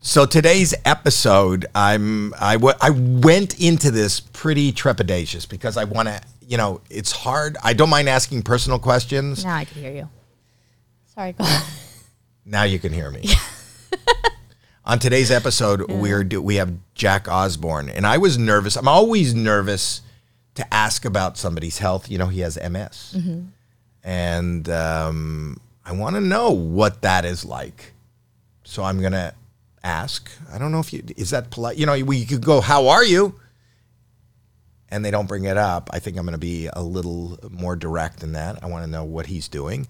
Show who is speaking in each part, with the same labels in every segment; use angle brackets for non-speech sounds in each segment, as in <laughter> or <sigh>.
Speaker 1: So today's episode, I'm I, w- I went into this pretty trepidatious because I want to, you know, it's hard. I don't mind asking personal questions.
Speaker 2: Now I can hear you. Sorry, go on.
Speaker 1: Now you can hear me. On today's episode, we're do, we have Jack Osborne, and I was nervous. I'm always nervous to ask about somebody's health. You know, he has MS, and um, I want to know what that is like. So I'm gonna ask. I don't know if you is that polite. You know, we could go, "How are you?" and they don't bring it up. I think I'm gonna be a little more direct than that. I want to know what he's doing.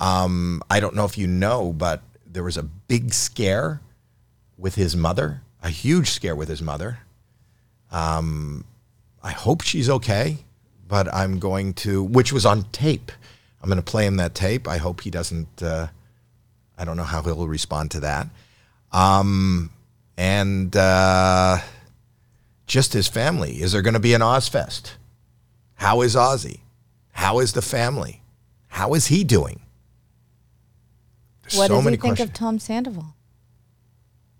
Speaker 1: Um, I don't know if you know, but there was a big scare with his mother, a huge scare with his mother. Um, I hope she's okay, but I'm going to, which was on tape. I'm going to play him that tape. I hope he doesn't, uh, I don't know how he'll respond to that. Um, and uh, just his family. Is there going to be an Ozfest? How is Ozzy? How is the family? How is he doing? There's
Speaker 2: What
Speaker 1: so
Speaker 2: does he
Speaker 1: many
Speaker 2: think
Speaker 1: questions.
Speaker 2: of Tom Sandoval?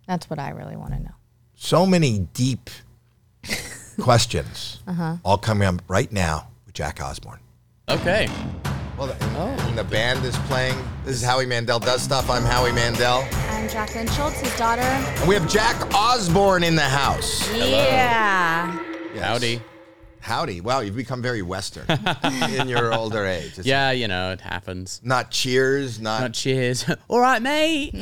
Speaker 2: That's what I really want to know.
Speaker 1: so many deep <laughs> questions all coming up right now with Jack Osborne.
Speaker 3: Okay.
Speaker 1: Well, the, and the band is playing. This is Howie Mandel Does Stuff. I'm Howie Mandel.
Speaker 2: I'm Jacqueline Schultz, his daughter.
Speaker 1: And we have Jack Osborne in the house.
Speaker 2: Yeah.
Speaker 1: Yes.
Speaker 3: Howdy.
Speaker 1: Howdy. Wow, you've become very Western in your older age. It's
Speaker 3: Yeah, you know, it happens.
Speaker 1: Not cheers, not,
Speaker 3: Not Oh, cheers. <laughs> All right, mate.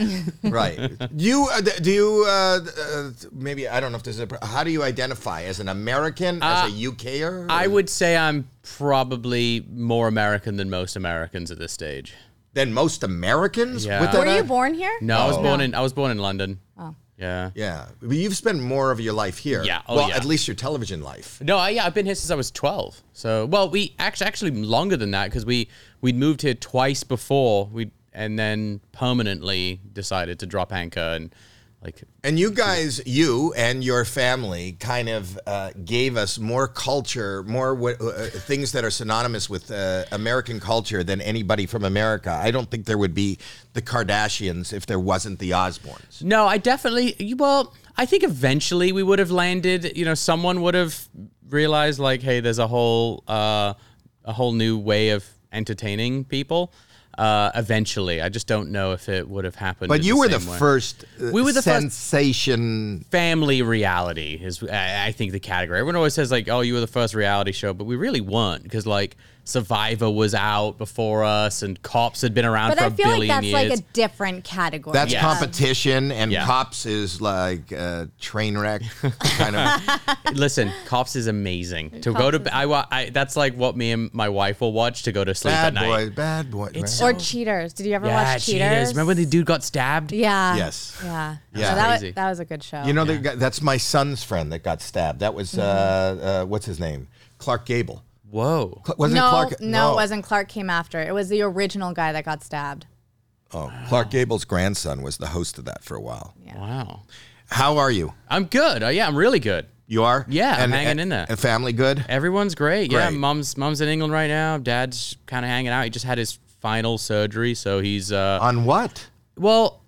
Speaker 1: right. You uh, d- do you uh, uh, maybe I don't know if this is a pr- how do you identify as an American, as a UKer?
Speaker 3: <laughs> I would say I'm probably more American than most Americans at this stage.
Speaker 1: than most Americans.
Speaker 3: Yeah.
Speaker 1: With
Speaker 3: Were
Speaker 1: that,
Speaker 2: Were
Speaker 1: uh,
Speaker 2: you born here?
Speaker 3: Oh. No, I was born in I was born in London. Oh. Yeah.
Speaker 1: Yeah, but you've spent more of your life here.
Speaker 3: Yeah, oh
Speaker 1: well,
Speaker 3: yeah.
Speaker 1: at least your television life.
Speaker 3: No, I, yeah, I've been here since I was 12. So, well, we actually actually longer than that because we we'd moved here twice before we and then permanently decided to drop anchor and like
Speaker 1: And you guys, you and your family, kind of uh, gave us more culture, more wh- uh, things that are synonymous with uh, American culture than anybody from America. I don't think there would be the Kardashians if there wasn't the Osbournes.
Speaker 3: No, I definitely. you- Well, I think eventually we would have landed. You know, someone would have realized like, hey, there's a whole uh, a whole new way of entertaining people. Uh, eventually, I just don't know if it would have happened.
Speaker 1: But
Speaker 3: in
Speaker 1: you were the
Speaker 3: same way.
Speaker 1: first. Uh,
Speaker 3: We were the first-
Speaker 1: sensation.
Speaker 3: Family reality is, I I think, the category. Everyone always says like, "Oh, you were the first reality show," but we really weren't because like Survivor was out before us, and Cops had been around
Speaker 2: But
Speaker 3: for
Speaker 2: I
Speaker 3: a
Speaker 2: feel
Speaker 3: billion
Speaker 2: like that's
Speaker 3: years.
Speaker 2: like a different category.
Speaker 1: That's
Speaker 3: Yes.
Speaker 1: competition, and
Speaker 3: Yeah.
Speaker 1: cops is like uh, train
Speaker 3: <laughs>
Speaker 1: wreck kind of.
Speaker 3: Listen, Cops is amazing. To go
Speaker 2: Cops
Speaker 3: to I, wa- I that's like what me and my wife will watch to go to sleep
Speaker 1: bad
Speaker 3: at night.
Speaker 1: boy, bad boy.
Speaker 3: It's
Speaker 1: right?
Speaker 2: Or Cheaters. Did you ever
Speaker 3: Yeah,
Speaker 2: watch
Speaker 3: cheaters.
Speaker 2: Cheaters?
Speaker 3: Remember when the dude got stabbed?
Speaker 2: Yeah.
Speaker 1: Yes.
Speaker 2: Yeah.
Speaker 1: Yeah.
Speaker 2: So that,
Speaker 3: Crazy.
Speaker 2: was, that was a good show.
Speaker 1: You know, the guy that's my son's friend that got stabbed. That was uh, uh, what's his name? Clark Gable.
Speaker 3: Whoa.
Speaker 1: Cl- wasn't
Speaker 2: no,
Speaker 1: it Clark?
Speaker 2: no, it wasn't. Clark came after. It was the original guy that got stabbed.
Speaker 1: Oh, Clark Gable's grandson was the host of that for a while.
Speaker 3: Wow.
Speaker 1: How are you?
Speaker 3: I'm good. Oh, yeah, I'm really good.
Speaker 1: You are?
Speaker 3: Yeah, I'm hanging in there.
Speaker 1: And family good?
Speaker 3: Everyone's great. Yeah,
Speaker 1: Great.
Speaker 3: mom's mom's in England right now. Dad's kind of hanging out. He just had his final surgery, so he's uh
Speaker 1: On what?
Speaker 3: Well,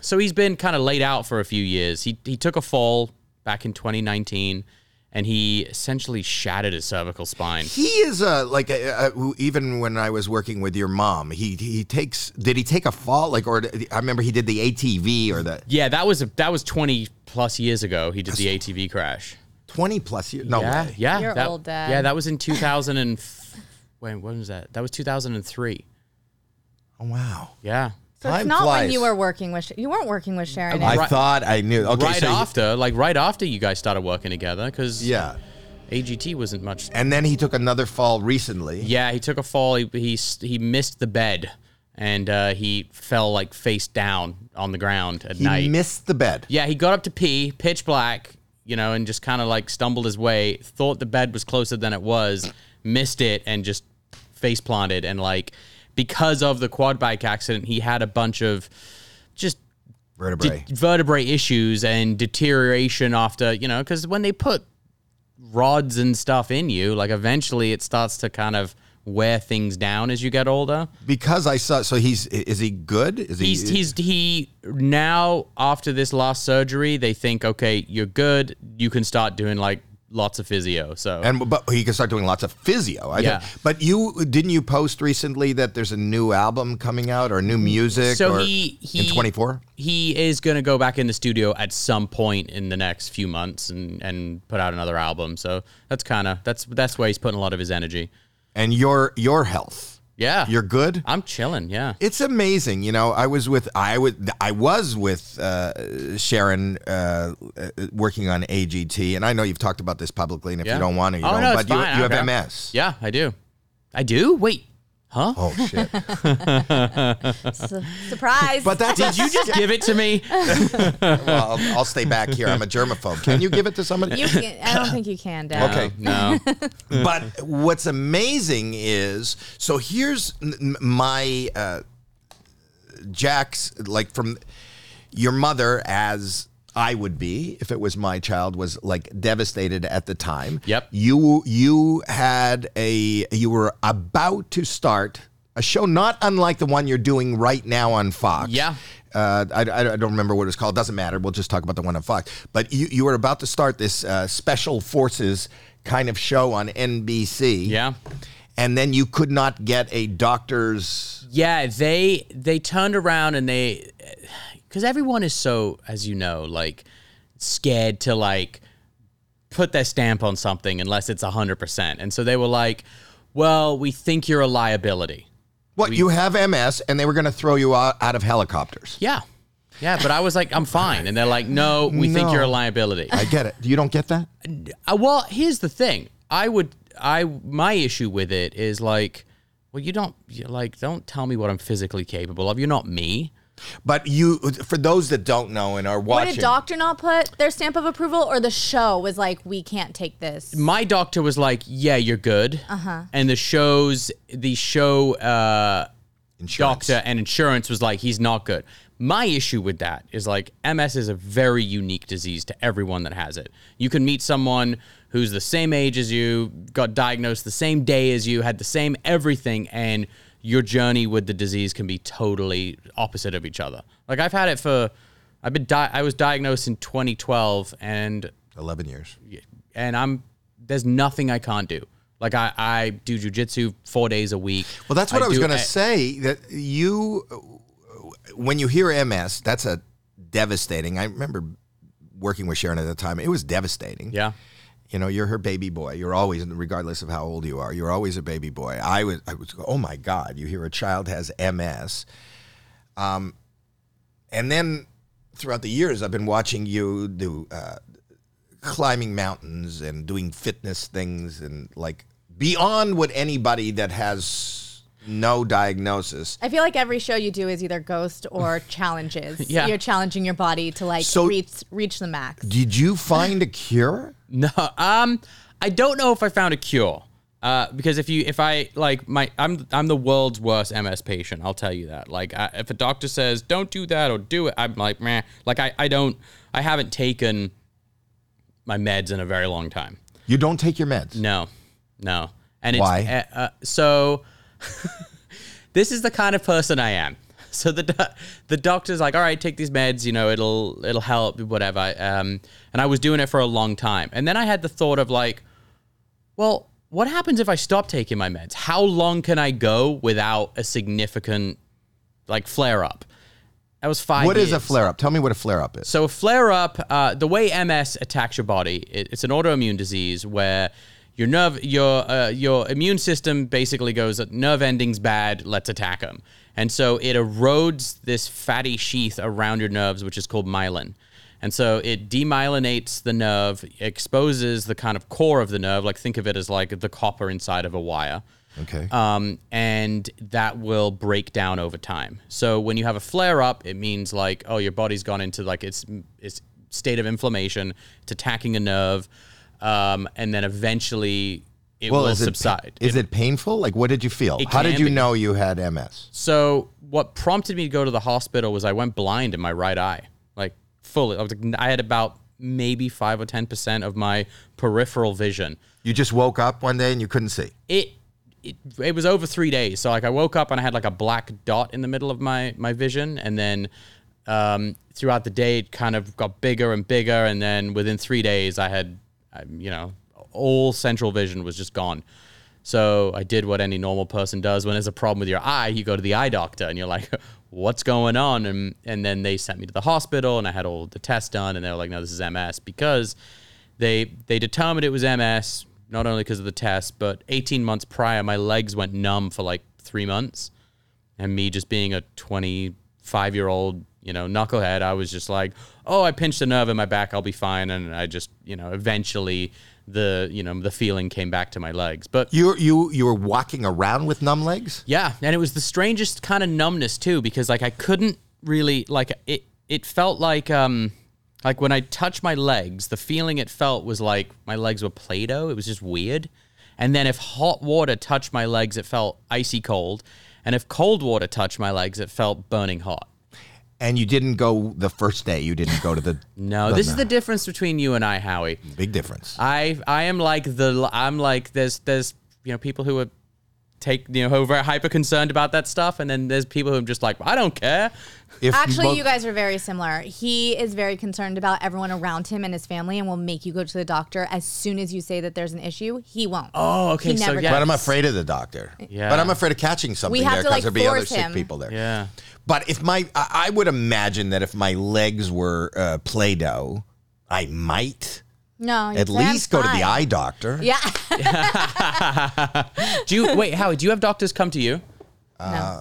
Speaker 3: so he's been kind of laid out for a few years. He he took a fall back in 2019 and he essentially shattered his cervical spine.
Speaker 1: He is a like a, a, who- even when I was working with your mom, he he takes. Did he take a fall? Like, or I remember he did the ATV or the
Speaker 3: Yeah, that was a, that was 20 plus years ago. He did the ATV crash.
Speaker 1: twenty plus years. No
Speaker 3: Yeah,
Speaker 1: way.
Speaker 3: yeah.
Speaker 2: You're
Speaker 3: that,
Speaker 2: old, Dad.
Speaker 3: Yeah, that was in 2000 and f- wait, when was that? That was 2003.
Speaker 1: Oh wow.
Speaker 3: Yeah.
Speaker 2: So
Speaker 1: Time
Speaker 2: it's not
Speaker 1: flies.
Speaker 2: when you were working with Sh- you weren't working with Sharon.
Speaker 1: I
Speaker 3: Right-
Speaker 1: thought I knew. Okay,
Speaker 3: right
Speaker 1: so he-
Speaker 3: after, like right after you guys started working together, because
Speaker 1: yeah,
Speaker 3: AGT wasn't much.
Speaker 1: and then he took another fall recently.
Speaker 3: Yeah, he took a fall. He he, s- he missed the bed, and uh, he fell like face down on the ground at
Speaker 1: he
Speaker 3: night.
Speaker 1: missed the bed.
Speaker 3: Yeah, he got up to pee, pitch black, you know, and just kind of like stumbled his way, thought the bed was closer than it was, missed it, and just face planted. And like, because of the quad bike accident, he had a bunch of just
Speaker 1: Vertebrae.
Speaker 3: vertebrae issues and deterioration after, you know, because when they put rods and stuff in you, like, eventually it starts to kind of wear things down as you get older.
Speaker 1: Because I saw. So he's is he good? Is he?
Speaker 3: He's he's he now after this last surgery, they think okay, you're good. You can start doing like lots of physio. So
Speaker 1: and but he can start doing lots of physio. I
Speaker 3: Yeah.
Speaker 1: yeah. But you didn't you post recently that there's a new album coming out or new music?
Speaker 3: so
Speaker 1: or,
Speaker 3: he, he
Speaker 1: in 24.
Speaker 3: He is going to go back in the studio at some point in the next few months and and put out another album. So that's kind of that's that's where he's putting a lot of his energy.
Speaker 1: And your your health.
Speaker 3: Yeah, Uh,
Speaker 1: You're good.
Speaker 3: I'm chilling. Yeah.
Speaker 1: It's amazing, you know. I was with I was I was with uh, Sharon uh, uh, working on AGT, and I know you've talked about this publicly. And if
Speaker 3: Yeah.
Speaker 1: you don't want to, you
Speaker 3: oh,
Speaker 1: don't.
Speaker 3: no,
Speaker 1: but
Speaker 3: it's
Speaker 1: you,
Speaker 3: fine.
Speaker 1: you
Speaker 3: I
Speaker 1: have
Speaker 3: don't care.
Speaker 1: MS.
Speaker 3: Yeah, I do. I do. Wait,
Speaker 1: <laughs>
Speaker 3: huh?
Speaker 1: Oh shit!
Speaker 2: Su- surprise.
Speaker 1: But that's
Speaker 3: Did you just give it
Speaker 1: <laughs>
Speaker 3: to me?
Speaker 1: well, I'll, I'll stay back here. I'm a germaphobe. Can you give it to somebody?
Speaker 2: you can, I don't think you can, Dad.
Speaker 1: <laughs> Okay.
Speaker 3: No.
Speaker 1: but what's amazing is so here's n- n- my uh, Jack's like from your mother as I would be if it was my child was like devastated at the time.
Speaker 3: Yep.
Speaker 1: You you had a you were about to start a show not unlike the one you're doing right now on Fox.
Speaker 3: Yeah.
Speaker 1: Uh, I, I- I don't remember what it's called. Doesn't matter. We'll just talk about the one on Fox. But you, you were about to start this uh, special forces kind of show on NBC.
Speaker 3: Yeah.
Speaker 1: And then you could not get a doctor's.
Speaker 3: Yeah, they they turned around and they because everyone is so, as you know, like scared to like put their stamp on something unless it's hundred percent. And so they were like, "Well, we think you're a liability."
Speaker 1: What you have MS, and they were going to throw you out, out of helicopters.
Speaker 3: Yeah, yeah. But I was like, "I'm fine," and they're like, "No, we think
Speaker 1: No.
Speaker 3: you're a liability."
Speaker 1: I get it. You don't get that.
Speaker 3: Uh, well, here's the thing. I would. I my issue with it is like, well, you don't you like don't tell me what I'm physically capable of. You're not me.
Speaker 1: But you, for those that don't know and are
Speaker 2: Would
Speaker 1: watching,
Speaker 2: a doctor not put their stamp of approval, or the show was like, we can't take this?
Speaker 3: my doctor was like, "Yeah, you're good." Uh-huh. And the shows, the show uh,
Speaker 1: Insurance.
Speaker 3: doctor and insurance was like, "He's not good." My issue with that is like MS is a very unique disease to everyone that has it. You can meet someone who's the same age as you, got diagnosed the same day as you, had the same everything, and your journey with the disease can be totally opposite of each other. Like I've had it for, I've been di- I was diagnosed in 2012, and
Speaker 1: eleven years.
Speaker 3: and I'm there's nothing I can't do. Like I, I do jujitsu four days a week.
Speaker 1: Well, that's what I, was
Speaker 3: do
Speaker 1: going to
Speaker 3: a-
Speaker 1: say. That you, when you hear MS, that's a devastating. I remember working with Sharon at the time. It was devastating.
Speaker 3: Yeah,
Speaker 1: You know, you're her baby boy. You're always, regardless of how old you are, you're always a baby boy. I was, I was. Oh my God! You hear a child has MS. Um, and then throughout the years, I've been watching you do uh, climbing mountains and doing fitness things and like beyond what anybody that has no diagnosis.
Speaker 2: I feel like every show you do is either ghost or
Speaker 1: <laughs>
Speaker 2: challenges.
Speaker 3: Yeah.
Speaker 2: You're challenging your body to like
Speaker 1: So-
Speaker 2: reach reach the max.
Speaker 1: Did you find a cure?
Speaker 3: no. Um, I don't know if I found a cure. Uh, because if you, if I like my, I'm, I'm the world's worst MS patient. I'll tell you that. Like, I, if a doctor says don't do that or do it, I'm like, meh. Like, I, I don't, I haven't taken my meds in a very long time.
Speaker 1: You don't take your meds.
Speaker 3: No, no. And
Speaker 1: Why?
Speaker 3: It's, uh, uh, so <laughs> this is the kind of person I am. <laughs> So the doc- the doctor's like, all right, take these meds. You know, it'll it'll help, whatever. Um, and I was doing it for a long time, and then I had the thought of like, well, what happens if I stop taking my meds? How long can I go without a significant like flare up? That was five.
Speaker 1: What is a
Speaker 3: years.
Speaker 1: flare up? Tell me what a flare up is.
Speaker 3: So flare up, uh, the way MS attacks your body, it, it's an autoimmune disease where your nerve, your uh, your immune system basically goes nerve endings bad. Let's attack them, and so it erodes this fatty sheath around your nerves, which is called myelin. And so it demyelinates the nerve, exposes the kind of core of the nerve. Like think of it as like the copper inside of a wire
Speaker 1: okay.
Speaker 3: um, and that will break down over time. So when you have a flare up, it means like oh your body's gone into like its its state of inflammation. It's attacking a nerve, um, and then eventually it will
Speaker 1: is it-
Speaker 3: subside.
Speaker 1: Is it painful? Like, what did you feel? How
Speaker 3: can
Speaker 1: did you
Speaker 3: be.
Speaker 1: know you had MS?
Speaker 3: So what prompted me to go to the hospital was I went blind in my right eye, like fully. I, was like, I had about maybe five or ten percent of my peripheral vision.
Speaker 1: You just woke up one day and you couldn't see.
Speaker 3: it it, it was over three days. So like I woke up and I had like a black dot in the middle of my my vision, and then um, throughout the day it kind of got bigger and bigger, and then within three days I had um, you know all central vision was just gone. So I did what any normal person does when there's a problem with your eye. You go to the eye doctor and you're like, <laughs> "What's going on?" And and then they sent me to the hospital and I had all the tests done, and they were like, "No, this is MS," because they they determined it was MS not only because of the test, but 18 months prior, my legs went numb for like three months, and me just being a 25 year old you know knucklehead, I was just like, oh, I pinched a nerve in my back, I'll be fine, and I just you know eventually the you know the feeling came back to my legs, but.
Speaker 1: You you you were walking around with numb legs.
Speaker 3: Yeah, and it was the strangest kind of numbness too, because like I couldn't really like it. It felt like um, like when I touched my legs, the feeling it felt was like my legs were play-doh. It was just weird. And then if hot water touched my legs, it felt icy cold, and if cold water touched my legs, it felt burning hot.
Speaker 1: And you didn't go the first day. You didn't go to the.
Speaker 3: <laughs> No, this is the Uh, difference between you and I, Howie.
Speaker 1: big difference.
Speaker 3: I I am like the I'm like there's there's you know people who are take you know who are very hyper concerned about that stuff, and then there's people who are just like I don't care.
Speaker 1: If
Speaker 2: Actually,
Speaker 1: mo-
Speaker 2: you guys are very similar. He is very concerned about everyone around him and his family and will make you go to the doctor as soon as you say that there's an issue. He won't.
Speaker 3: Oh, okay,
Speaker 2: He
Speaker 3: so
Speaker 2: never
Speaker 3: yeah,
Speaker 1: But I'm afraid of the doctor.
Speaker 3: Yeah.
Speaker 1: But I'm afraid of catching something
Speaker 2: We have
Speaker 1: there
Speaker 2: to, like,
Speaker 1: there'll be other
Speaker 2: force
Speaker 1: sick
Speaker 2: him.
Speaker 1: people there.
Speaker 3: Yeah.
Speaker 1: But if my, I I would imagine that if my legs were uh, play doh, I might
Speaker 2: no. you
Speaker 1: at
Speaker 2: say, "I'm
Speaker 1: least go to
Speaker 2: fine."
Speaker 1: the eye doctor.
Speaker 2: Yeah. <laughs>
Speaker 3: Do you wait, Howie? Do you have doctors come to you? No.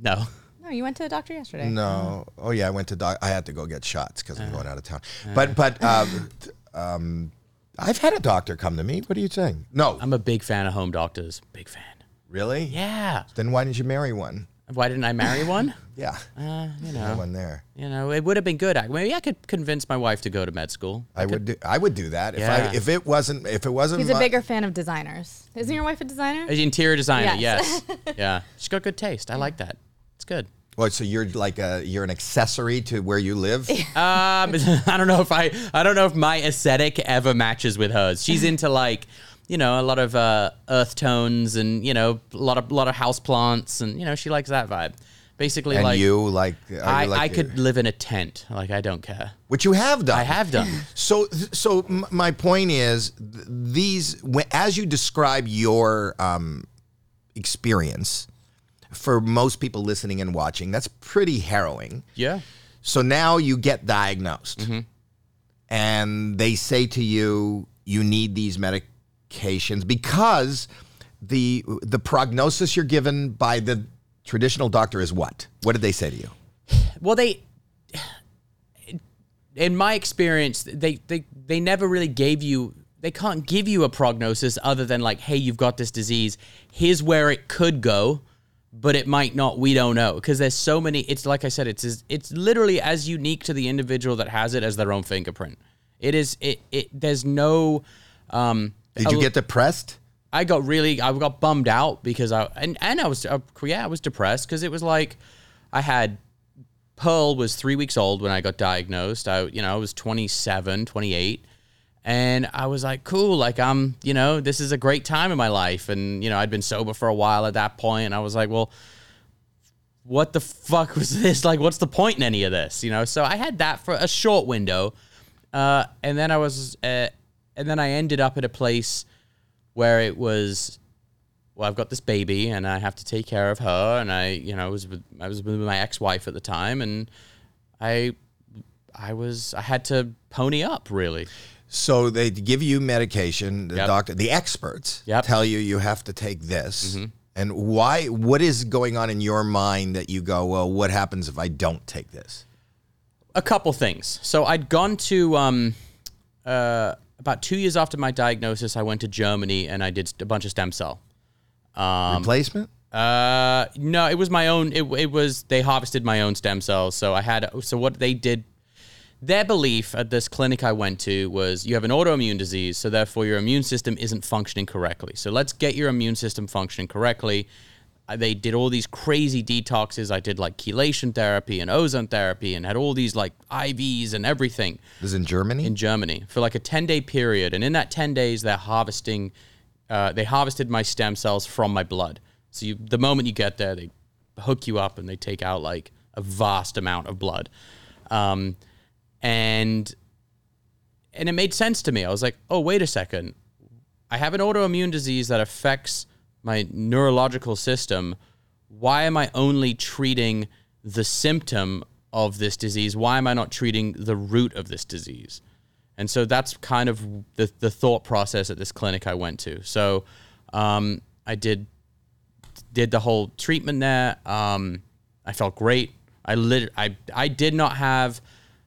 Speaker 2: no. No, you went to the doctor yesterday.
Speaker 1: Uh, No. Oh yeah, I went to doc. I had to go get shots because
Speaker 3: Uh-huh.
Speaker 1: I'm going out of town. But but um, t- um, I've had a doctor come to me. What are you saying? No,
Speaker 3: I'm a big fan of home doctors. Big fan.
Speaker 1: really?
Speaker 3: Yeah.
Speaker 1: Then why didn't you marry one?
Speaker 3: Why didn't I marry one? <laughs>
Speaker 1: Yeah,
Speaker 3: Uh, you
Speaker 1: no
Speaker 3: know,
Speaker 1: one there.
Speaker 3: you know, it would have been good. I, maybe I could convince my wife to go to med school.
Speaker 1: I would do. I would do that if
Speaker 3: Yeah.
Speaker 1: I if it wasn't if it wasn't.
Speaker 2: He's a
Speaker 1: my-
Speaker 2: bigger fan of designers. Isn't your wife a designer?
Speaker 3: As interior designer, yes.
Speaker 2: Yes.
Speaker 3: yeah. She's got good taste. I like that. It's good.
Speaker 1: Well, Oh, so you're like a you're an accessory to where you
Speaker 2: <laughs>
Speaker 1: live.
Speaker 3: Um, <laughs> I don't know if I, I don't know if my aesthetic ever matches with hers. She's into like, you know, a lot of uh, earth tones and you know, a lot of lot of house plants and you know, she likes that vibe. Basically,
Speaker 1: and
Speaker 3: like
Speaker 1: you like, are you
Speaker 3: I,
Speaker 1: like
Speaker 3: I could live in a tent. Like I don't care.
Speaker 1: which you have done.
Speaker 3: I have done.
Speaker 1: So so m- my point is th- these wh- as you describe your um, experience for most people listening and watching that's pretty harrowing.
Speaker 3: yeah.
Speaker 1: So now you get diagnosed, and they say to you, you need these medications because the the prognosis you're given by the traditional doctor is what? What did they say to you?
Speaker 3: Well, they, in my experience, they they they never really gave you. They can't give you a prognosis other than like, hey, you've got this disease. Here's where it could go, but it might not. We don't know because there's so many. It's like I said, it's as- it's literally as unique to the individual that has it as their own fingerprint. It is it it. There's no. Um,
Speaker 1: Did you get depressed?
Speaker 3: I got really I got bummed out because I and and I was uh, yeah I was depressed because it was like I had Pearl was 3 weeks old when I got diagnosed. I you know, I was 27, 28 and I was like cool like I'm you know, this is a great time in my life and you know, I'd been sober for a while at that point and I was like, well what the fuck was <laughs> this? Like what's the point in any of this, you know? So I had that for a short window. Uh, and then I was uh, and then I ended up at a place where it was well i've got this baby and i have to take care of her and i you know was with, i was with my ex-wife at the time and i i was i had to pony up really
Speaker 1: So they give you medication. The
Speaker 3: Yep.
Speaker 1: doctor, the experts,
Speaker 3: Yep.
Speaker 1: tell you you have to take this. And why? What is going on in your mind that you go, well, what happens if I don't take this?
Speaker 3: a couple things. So I'd gone to um, uh, about two years after my diagnosis. I went to Germany and I did st- a bunch of stem cell.
Speaker 1: Replacement?
Speaker 3: Uh, no, it was my own. It, it was they harvested my own stem cells. So I had. So what they did, their belief at this clinic I went to was you have an autoimmune disease, so therefore your immune system isn't functioning correctly. So let's get your immune system functioning correctly. Uh, They did all these crazy detoxes. I did like chelation therapy and ozone therapy and had all these like IVs and everything
Speaker 1: This is in Germany.
Speaker 3: in Germany for like a 10 day period. And in that 10 days, they're harvesting uh, they harvested my stem cells from my blood. So you, the moment you get there, they hook you up and they take out like a vast amount of blood. Um, and and it made sense to me. I was like, oh, wait a second. I have an autoimmune disease that affects my neurological system. Why am I only treating the symptom of this disease? Why am I not treating the root of this disease? And so that's kind of the, the thought process at this clinic I went to. So um, I did did the whole treatment there. Um, I felt great. I lit. I I did not have.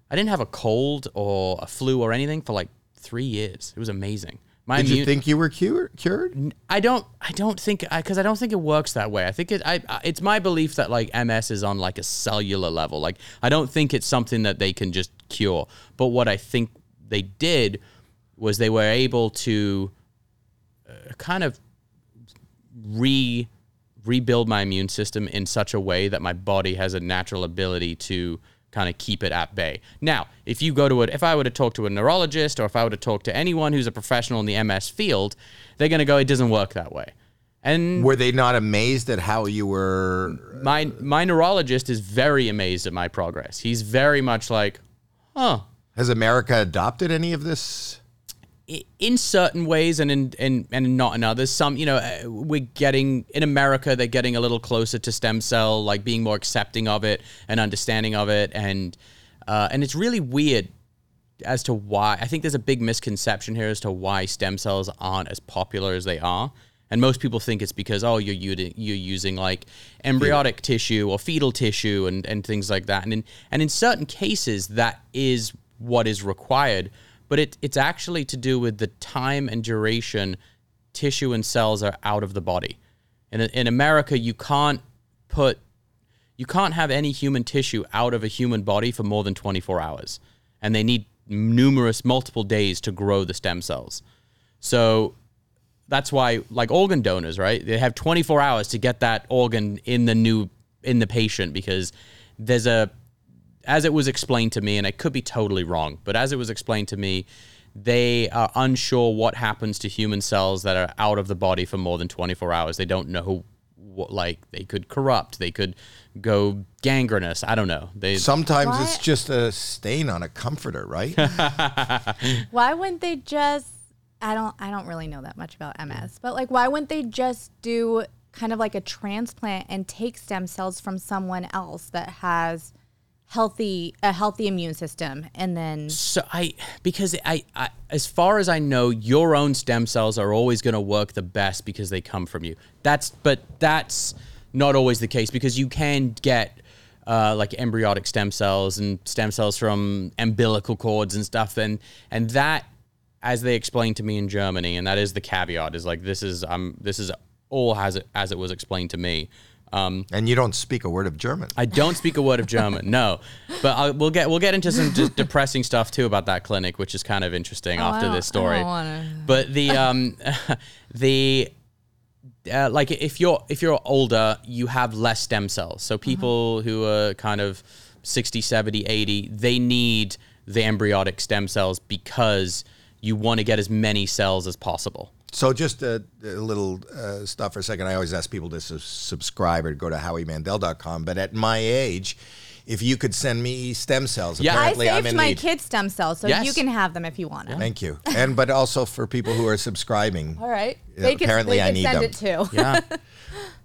Speaker 3: I didn't have a cold or a flu or anything for like three years. It was amazing. My
Speaker 1: Did you
Speaker 3: immune-
Speaker 1: think you were cured? Cured?
Speaker 3: I don't. I don't think. Because I, don't think it works that way. I think it. I, I. It's my belief that like MS is on like a cellular level. Like I don't think it's something that they can just cure. But what I think they did was they were able to uh, kind of re rebuild my immune system in such a way that my body has a natural ability to kind of keep it at bay. Now, if you go to it, if I were to talk to a neurologist or if I were to talk to anyone who's a professional in the MS field, they're going to go, it doesn't work that way. And
Speaker 1: Were they not amazed at how you were?
Speaker 3: my my neurologist is very amazed at my progress. He's very much like, huh,
Speaker 1: Has America adopted any of this?
Speaker 3: i- in certain ways and in and, and not in others some you know uh, we're getting in america they're getting a little closer to stem cell like being more accepting of it and understanding of it and uh, and it's really weird as to why i think there's a big misconception here as to why stem cells aren't as popular as they are and most people think it's because oh you're uti- you're using like embryonic tissue or fetal tissue and, and things like that and in, and in certain cases that is what is required but it, it's actually to do with the time and duration tissue and cells are out of the body in, in america you can't put you can't have any human tissue out of a human body for more than 24 hours. And they need numerous, multiple days to grow the stem cells. So that's why, like organ donors, right? They have 24 hours to get that organ in the new, in the patient because there's a, as it was explained to me, and I could be totally wrong, but as it was explained to me, they are unsure what happens to human cells that are out of the body for more than 24 hours. They don't know what, like, they could corrupt, they could go gangrenous. I don't know. They,
Speaker 1: Sometimes
Speaker 2: Why-
Speaker 1: it's just a stain on a comforter, right?
Speaker 2: Why wouldn't they just? I don't. I don't really know that much about MS, but like, why wouldn't they just do kind of like a transplant and take stem cells from someone else that has healthy a healthy immune system, and then
Speaker 3: So I because I, I as far as I know, your own stem cells are always going to work the best because they come from you. That's but that's not always the case because you can get uh, like embryonic stem cells and stem cells from umbilical cords and stuff, and and that as they explained to me in Germany, and that is the caveat is like this is um this is all as it as it was explained to me. Um,
Speaker 1: and you don't speak a word of German.
Speaker 3: I don't speak a word of German. No, but I, we'll get we'll get into some just depressing stuff too about that clinic, which is kind of
Speaker 1: Oh,
Speaker 3: interesting after
Speaker 2: don't-
Speaker 3: this
Speaker 2: I
Speaker 3: story.
Speaker 2: don't wanna-
Speaker 3: But the um, <laughs> the uh, like if you're if you're older, you have less stem cells.
Speaker 1: Mm-hmm.
Speaker 3: So people who are kind of 60, 70, 80, they need the embryonic stem cells because you want to get as many cells as possible.
Speaker 1: So just a, a little uh, stuff for a second. I always ask people to su- subscribe or go to howiemandel.com. But at my age, if you could send me stem cells,
Speaker 3: Yeah. I
Speaker 2: I
Speaker 1: apparently am
Speaker 2: saved
Speaker 1: in
Speaker 2: my
Speaker 1: need.
Speaker 2: kids' stem cells, so
Speaker 3: Yes.
Speaker 2: you can have them if you want them.
Speaker 1: Thank you. And but also for people who are subscribing.
Speaker 2: All right.
Speaker 1: Yeah,
Speaker 2: they can,
Speaker 1: apparently
Speaker 2: they
Speaker 1: I
Speaker 2: can
Speaker 1: need
Speaker 2: send
Speaker 1: them.
Speaker 2: it too.
Speaker 3: Yeah. <laughs>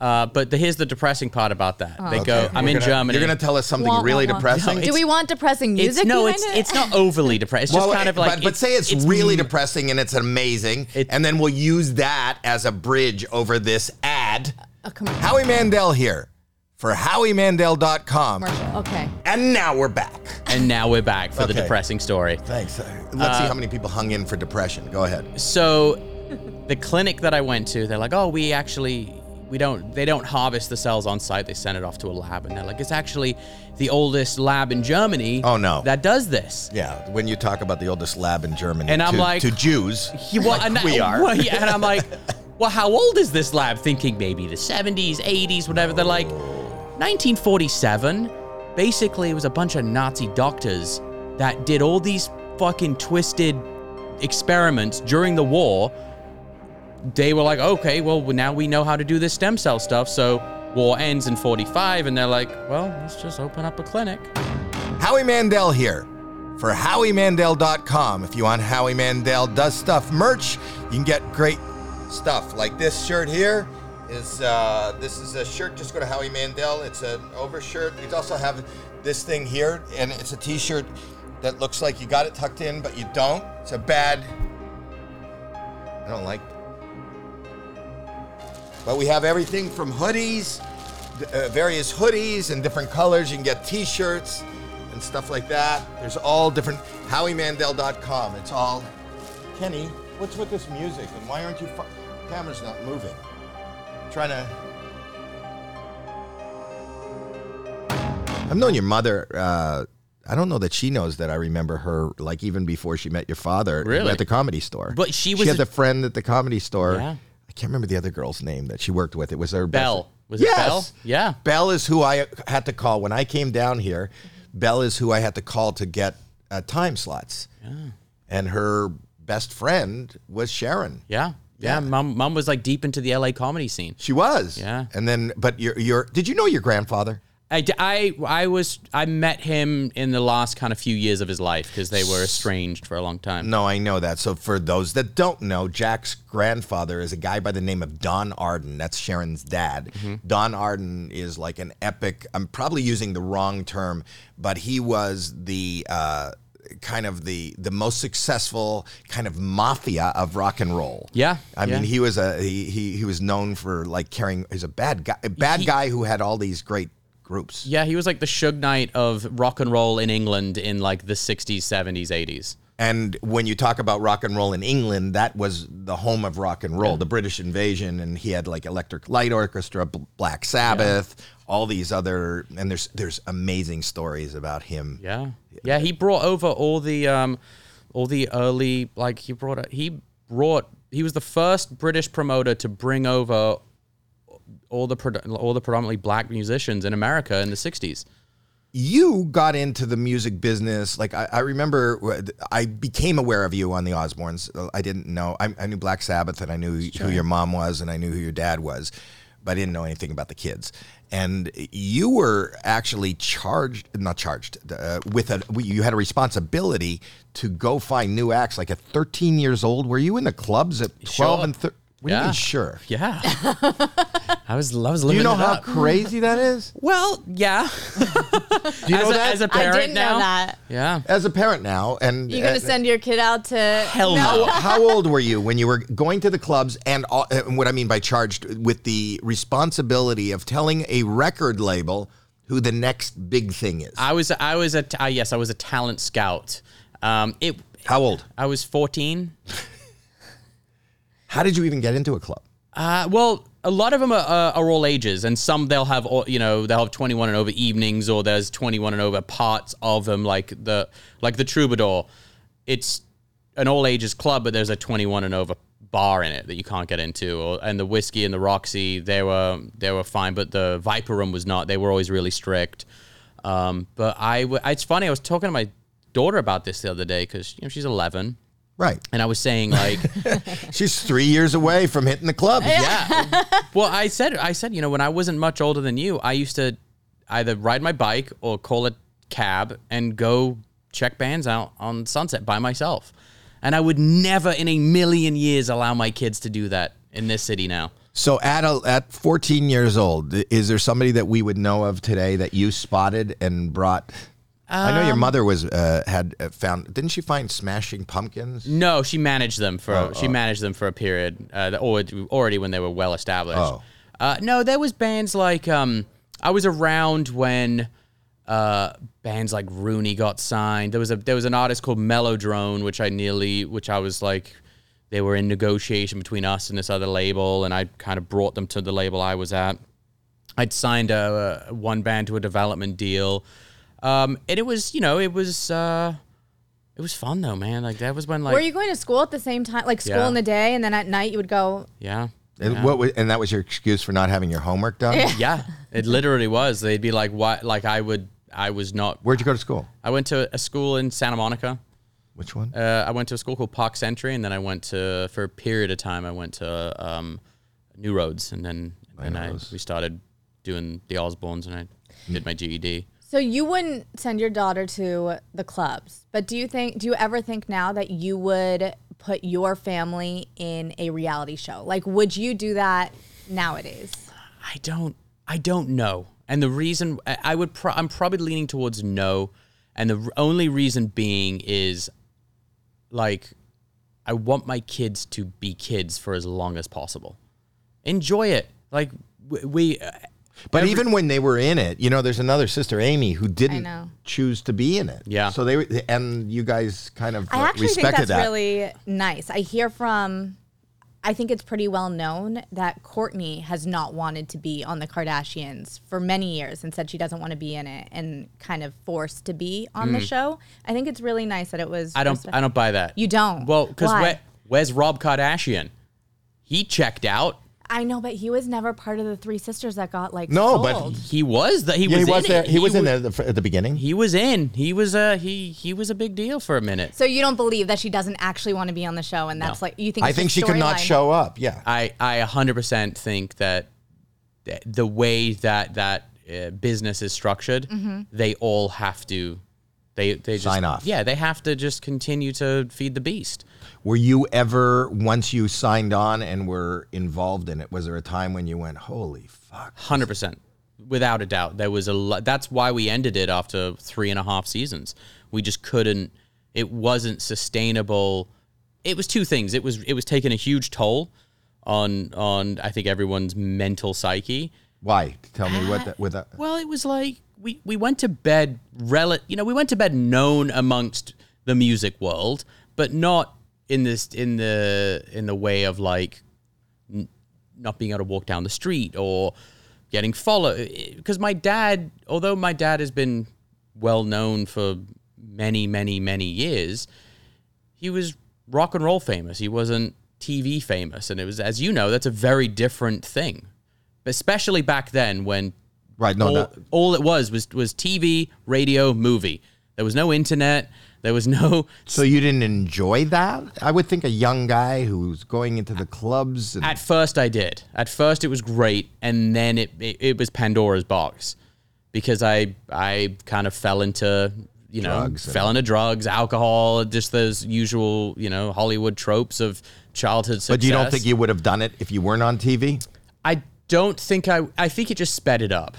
Speaker 3: Uh, but the, here's the depressing part about that. They go, I'm
Speaker 1: We're
Speaker 3: in
Speaker 1: gonna-
Speaker 3: Germany.
Speaker 1: Oh. You're going to tell us something
Speaker 2: Wah, wah,
Speaker 1: really
Speaker 2: wah.
Speaker 1: depressing.
Speaker 2: Do we want depressing music?
Speaker 3: It's no,
Speaker 2: behind
Speaker 3: it's
Speaker 2: it?
Speaker 3: it's not overly depressing. It's just
Speaker 1: Well,
Speaker 3: kind of like,
Speaker 1: but, but say it's, really depressing and it's amazing,
Speaker 3: It-
Speaker 1: and then we'll use that as a bridge over this ad.
Speaker 2: Oh, come on.
Speaker 1: Howie Mandel here for howiemandel.com.
Speaker 2: commercial. Okay.
Speaker 1: And now we're back.
Speaker 3: And now we're back for the
Speaker 1: Okay.
Speaker 3: depressing story.
Speaker 1: Thanks. Uh, Let's
Speaker 3: Uh,
Speaker 1: see how many people hung in for depression. Go ahead.
Speaker 3: So, the clinic that I went to, they're like, oh, we actually we don't they don't harvest the cells on site. They send it off to a lab, and they're like, it's actually the oldest lab in Germany.
Speaker 1: Oh, no.
Speaker 3: that does this.
Speaker 1: Yeah, when you talk about the oldest lab in Germany,
Speaker 3: And I'm
Speaker 1: to,
Speaker 3: like-
Speaker 1: to Jews,
Speaker 3: You- well, and
Speaker 1: we
Speaker 3: I-
Speaker 1: are.
Speaker 3: <laughs> well, yeah, and I'm like, well, how old is this lab? Thinking maybe the 70s, 80s, whatever. They're like, 1947. Basically, it was a bunch of Nazi doctors that did all these fucking twisted experiments during the war they were like, okay, well, now we know how to do this stem cell stuff. So war ends in 45. And they're like, well, let's just open up a clinic.
Speaker 1: Howie Mandel here for howiemandel.com. If you want Howie Mandel Does Stuff merch, you can get great stuff. Like this shirt here is uh, this is a shirt. Just go to Howie Mandel. It's an overshirt. We also have this thing here, and it's a T-shirt that looks like you got it tucked in, but you don't. It's a bad. I don't like. But we have everything from hoodies, uh, various hoodies in different colors. You can get T-shirts and stuff like that. There's all different HowieMandel.com. It's all. Kenny, what's with this music and why aren't you? Fu- camera's not moving. trying to. I've known your mother. Uh, I don't know that she knows that I remember her like even before she met your father
Speaker 3: Really?
Speaker 1: at the comedy store.
Speaker 3: But she was
Speaker 1: she had
Speaker 3: a-
Speaker 1: a friend at the comedy store.
Speaker 3: Yeah.
Speaker 1: I can't remember the other girl's name that she worked with. It was her best-
Speaker 3: Bell. Was
Speaker 1: Yes!
Speaker 3: it Bell? Yeah.
Speaker 1: Bell is who I had to call when I came down here. Bell is who I had to call to get uh, time slots. And her best friend was Sharon.
Speaker 3: Yeah. Yeah. Mom, mom was like deep into the LA comedy scene.
Speaker 1: She was.
Speaker 3: Yeah.
Speaker 1: And then, but your your did you know your grandfather?
Speaker 3: I, d- I, I was, I met him in the last kind of few years of his life because they were estranged for a long time.
Speaker 1: No, I know that. So for those that don't know, Jack's grandfather is a guy by the name of Don Arden. That's Sharon's dad.
Speaker 3: Mm-hmm.
Speaker 1: Don Arden is like an epic. I'm probably using the wrong term, but he was the uh, kind of the the most successful kind of mafia of rock and roll.
Speaker 3: Yeah,
Speaker 1: I mean
Speaker 3: yeah.
Speaker 1: he was a he he, he was known for like carrying. He's a bad guy, a bad
Speaker 3: He-
Speaker 1: guy who had all these great groups.
Speaker 3: Yeah, he was like the Suge Knight of rock and roll in England in like the 60s, 70s, 80s.
Speaker 1: And when you talk about rock and roll in England, that was the home of rock and roll, the British invasion, and he had like Electric Light Orchestra, B- Black Sabbath, all these other, and there's there's amazing stories about him.
Speaker 3: Yeah. Yeah, he brought over all the um all the early like he brought he brought he was the first British promoter to bring over all the prod- all the predominantly black musicians in America in the 60s.
Speaker 1: You got into the music business, like I, I remember, w- I became aware of you on the Osbournes. I didn't know, I, I knew Black Sabbath, and I knew who your mom was, and I knew who your dad was, but I didn't know anything about the kids. And you were actually charged, not charged, uh, with a you had a responsibility to go find new acts. Like at 13 years old, were you in the clubs at 12
Speaker 3: Sure.
Speaker 1: and 13? What do you
Speaker 3: Yeah.
Speaker 1: mean, sure?
Speaker 3: <laughs> Yeah. I was I was
Speaker 1: Do
Speaker 3: living
Speaker 1: you know
Speaker 3: it
Speaker 1: how
Speaker 3: up.
Speaker 1: crazy that is?
Speaker 3: Well, yeah.
Speaker 1: Do you
Speaker 3: as,
Speaker 1: know
Speaker 3: a,
Speaker 1: that?
Speaker 3: as a
Speaker 2: I
Speaker 3: parent
Speaker 2: didn't
Speaker 3: now.
Speaker 2: know that.
Speaker 3: Yeah.
Speaker 1: as a parent now, and
Speaker 2: You're gonna
Speaker 1: and-
Speaker 2: send your kid out to
Speaker 3: Hell no.
Speaker 1: How old were you when you were going to the clubs and, all, and what I mean by charged with the responsibility of telling a record label who the next big thing is?
Speaker 3: I was I was a t- uh, yes, I was a talent scout. Um it
Speaker 1: How old?
Speaker 3: I was 14.
Speaker 1: How did you even get into a club?
Speaker 3: Uh, well, a lot of them are, are, are all ages, and some they'll have all- you know they'll have twenty one and over evenings, or there's twenty one and over parts of them, like the like the Troubadour. It's an all ages club, but there's a twenty one and over bar in it that you can't get into, or, and the whiskey and the Roxy they were they were fine, but the Viper Room was not. They were always really strict. Um, but I w- it's funny I was talking to my daughter about this the other day because you know she's eleven,
Speaker 1: Right.
Speaker 3: and I was saying like.
Speaker 1: She's three years away from hitting the club.
Speaker 3: yeah. <laughs> Well, I said, I said, you know, when I wasn't much older than you, I used to either ride my bike or call a cab and go check bands out on Sunset by myself. And I would never in a million years allow my kids to do that in this city now.
Speaker 1: So at a, at 14 years old, is there somebody that we would know of today that you spotted and brought? I
Speaker 3: Um,
Speaker 1: know your mother was uh, had uh, found. Didn't she find Smashing Pumpkins?
Speaker 3: No, she managed them for she managed them for a period, uh, that- or already when they were well established.
Speaker 1: Oh.
Speaker 3: Uh, no, there was bands like um, I was around when uh, bands like Rooney got signed. There was a there was an artist called Melodrone, which I nearly, which I was like, they were in negotiation between us and this other label, and I kind of brought them to the label I was at. I'd signed a, a one band to a development deal, um, and it was you know it was. Uh, it was fun though, man. Like that was when like
Speaker 2: Were you going to school at the same time, like school
Speaker 3: Yeah.
Speaker 2: in the day, and then at night you would go?
Speaker 3: Yeah.
Speaker 1: And what was, and that was your excuse for not having your homework done.
Speaker 3: Yeah. It literally was. They'd be like, "What?" Like I would. I was not.
Speaker 1: Where'd you go to school?
Speaker 3: I went to a school in Santa Monica.
Speaker 1: Which one?
Speaker 3: Uh, I went to a school called Park Century, and then I went to for a period of time. I went to um, New Roads, and then and then I,
Speaker 1: Roads.
Speaker 3: we started doing the Osbournes, and I did my E GED.
Speaker 2: So you wouldn't send your daughter to the clubs, but do you think do you ever think now that you would put your family in a reality show? Like would you do that nowadays?
Speaker 3: I don't I don't know. And the reason I I would pro- I'm probably leaning towards no, and the r- only reason being is like I want my kids to be kids for as long as possible. Enjoy it. Like w- we uh,
Speaker 1: But even when they were in it, you know, there's another sister, Amy, who didn't
Speaker 2: know.
Speaker 1: choose to be in it.
Speaker 3: Yeah.
Speaker 1: So they were- and you guys kind of
Speaker 2: I
Speaker 1: uh,
Speaker 2: actually think
Speaker 1: respected
Speaker 2: that's
Speaker 1: that.
Speaker 2: really nice. I hear from I think it's pretty well known that Courtney has not wanted to be on the Kardashians for many years and said she doesn't want to be in it and kind of forced to be on the show. I think it's really nice that it was
Speaker 3: Mm. I don't I don't buy that.
Speaker 2: You don't?
Speaker 3: Well, because
Speaker 2: Why?
Speaker 3: where's Rob Kardashian? He checked out.
Speaker 2: I know, but he was never part of the three sisters that got like
Speaker 1: No, but
Speaker 2: sold.
Speaker 3: He was that he
Speaker 1: yeah,
Speaker 3: was
Speaker 1: he was
Speaker 3: in
Speaker 1: there.
Speaker 3: it.
Speaker 1: He, was in
Speaker 3: wa-
Speaker 1: there at the, at the beginning.
Speaker 3: He was in. He was a he he was a big deal for a minute.
Speaker 2: So you don't believe that she doesn't actually want to be on the show, and that's like you think.
Speaker 1: I
Speaker 2: it's
Speaker 1: think
Speaker 2: a
Speaker 1: she could not
Speaker 2: storyline.
Speaker 1: show up. Yeah.
Speaker 3: I I 100% think that th- the way that that uh, business is structured, they all have to they they just,
Speaker 1: Sign off.
Speaker 3: Yeah, they have to just continue to feed the beast.
Speaker 1: Were you ever once you signed on and were involved in it? Was there a time when you went, "Holy fuck"?
Speaker 3: 100%. Without a doubt. There was a lo- that's why we ended it after three and a half seasons. We just couldn't it wasn't sustainable. It was two things. It was it was taking a huge toll on on I think everyone's mental psyche.
Speaker 1: Why? Tell me what that. With that.
Speaker 2: Uh,
Speaker 3: Well, it was like we, we went to bed rel- you know, we went to bed known amongst the music world, but not in this in the in the way of like n- not being able to walk down the street or getting followed because my dad, although my dad has been well known for many many many years, he was rock and roll famous. He wasn't TV famous and it was as you know, that's a very different thing. Especially back then when
Speaker 1: Right. No.
Speaker 3: all,
Speaker 1: no.
Speaker 3: all it was was was TV, radio, movie. There was no internet. There was <laughs> no.
Speaker 1: So you didn't enjoy that? I would think a young guy who's going into the clubs. And,
Speaker 3: At first, I did. At first, it was great, and then it it, it was Pandora's box because I I kind of fell into you know
Speaker 1: Drugs and-
Speaker 3: fell into drugs, alcohol, just those usual you know Hollywood tropes of childhood success.
Speaker 1: but you don't think you would have done it if you weren't on TV?
Speaker 3: I don't think I. I think it just sped it up.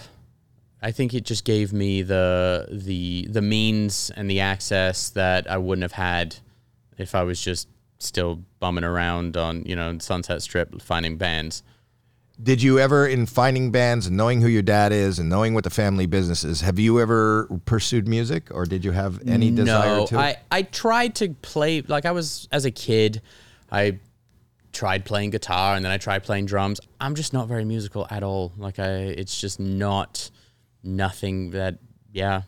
Speaker 3: I think it just gave me the the the means and the access that I wouldn't have had if I was just still bumming around on you know Sunset Strip finding bands.
Speaker 1: Did you ever, in finding bands and knowing who your dad is and knowing what the family business is, have you ever pursued music, or did you have any desire
Speaker 3: no,
Speaker 1: to?
Speaker 3: I I tried to play like I was as a kid. I tried playing guitar and then I tried playing drums. I'm just not very musical at all. Like I, it's just not nothing that. Yeah,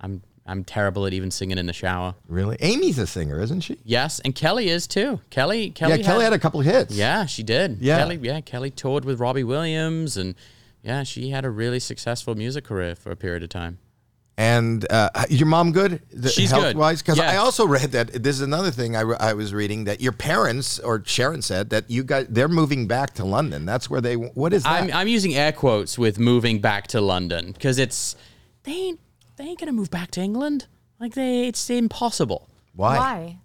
Speaker 3: I'm I'm terrible at even singing in the shower.
Speaker 1: really? Amy's a singer, isn't she?
Speaker 3: Yes, and Kelly is too. Kelly, Kelly,
Speaker 1: Yeah, Kelly had a couple hits.
Speaker 3: yeah, she did.
Speaker 1: Yeah.
Speaker 3: Kelly, yeah, Kelly toured with Robbie Williams, and yeah, she had a really successful music career for a period of time.
Speaker 1: And uh, your mom good? The,
Speaker 3: She's good.
Speaker 1: health-wise? Because
Speaker 3: Yeah.
Speaker 1: I also read that this is another thing I, re- I was reading that your parents or Sharon said that you guys they're moving back to London. That's where they. What is that?
Speaker 3: I'm I'm using air quotes with moving back to London because it's they ain't they ain't gonna move back to England. Like they, it's impossible.
Speaker 1: Why?
Speaker 2: Why?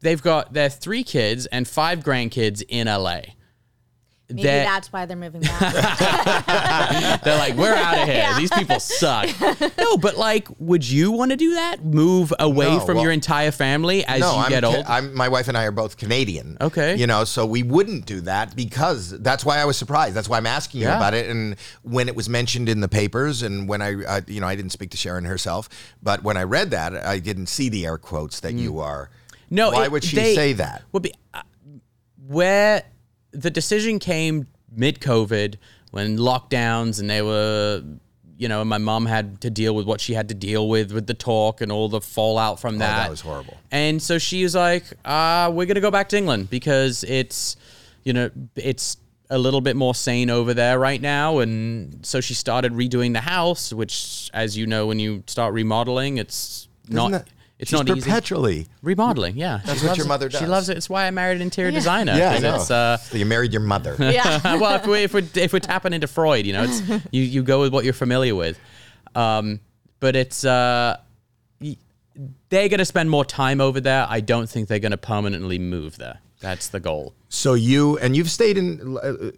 Speaker 3: They've got their three kids and five grandkids in LA.
Speaker 2: Maybe <laughs>
Speaker 3: They're-
Speaker 2: that's why they're moving
Speaker 1: <laughs>
Speaker 2: back.
Speaker 3: They're like, we're out of here. These people suck. No, but like, would you want to do that? Move away
Speaker 1: No,
Speaker 3: from
Speaker 1: well-
Speaker 3: your entire family as
Speaker 1: No,
Speaker 3: you
Speaker 1: I'm,
Speaker 3: get
Speaker 1: Ca-
Speaker 3: old?
Speaker 1: I'm my wife and I are both Canadian.
Speaker 3: Okay.
Speaker 1: you know, so we wouldn't do that because that's why I was surprised. That's why I'm asking you
Speaker 3: Yeah.
Speaker 1: about it. And when it was mentioned in the papers, and when I, I, you know, I didn't speak to Sharon herself, but when I read that, I didn't see the air quotes that you are.
Speaker 3: Mm. No,
Speaker 1: why
Speaker 3: it-
Speaker 1: would she
Speaker 3: they-
Speaker 1: say that?
Speaker 3: Well, be, uh, where the decision came mid COVID when lockdowns and they were, you know, my mom had to deal with what she had to deal with with the talk and all the fallout from that.
Speaker 1: Oh, was horrible.
Speaker 3: And so she was like, uh, we're going to go back to England because it's, you know, it's a little bit more sane over there right now. And so she started redoing the house, which, as you know, when you start remodeling, it's not.
Speaker 1: that-
Speaker 3: It's
Speaker 1: She's
Speaker 3: not easy.
Speaker 1: perpetually.
Speaker 3: Remodeling, yeah. That's
Speaker 1: what your mother
Speaker 3: She
Speaker 1: does.
Speaker 3: loves it. It's why I married an interior designer.
Speaker 1: Yeah, I
Speaker 3: 'cause
Speaker 1: know.
Speaker 3: It's, uh, <laughs>
Speaker 1: so you married your mother.
Speaker 2: Yeah.
Speaker 3: well, if we're, if we're if we're tapping into Freud, you know, it's you you go with what you're familiar with. Um, but it's uh, y- they're going to spend more time over there. I don't think they're going to permanently move there. That's the goal.
Speaker 1: so you and you've stayed in. uh, uh,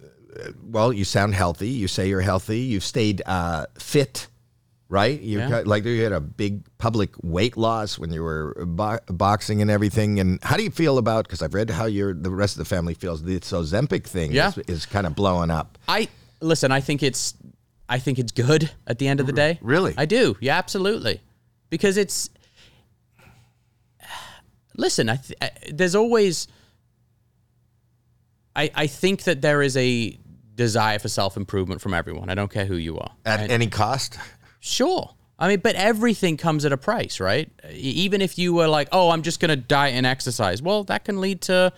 Speaker 1: Well, you sound healthy. You say you're healthy. You've stayed uh, fit, right? You
Speaker 3: Yeah.
Speaker 1: got- like you had a big public weight loss when you were bo- boxing and everything. And how do you feel about? Because I've read how your the rest of the family feels. This Ozempic thing
Speaker 3: Yeah.
Speaker 1: is, is kind of blowing up.
Speaker 3: I listen. I think it's I think it's good at the end of the day.
Speaker 1: really?
Speaker 3: I do. Yeah, absolutely. Because it's listen. I, th- I there's always I I think that there is a desire for self improvement from everyone. I don't care who you are.
Speaker 1: At any cost?
Speaker 3: Sure. I mean, but everything comes at a price, right? E- Even if you were like, oh, I'm just going to diet and exercise. Well, that can lead to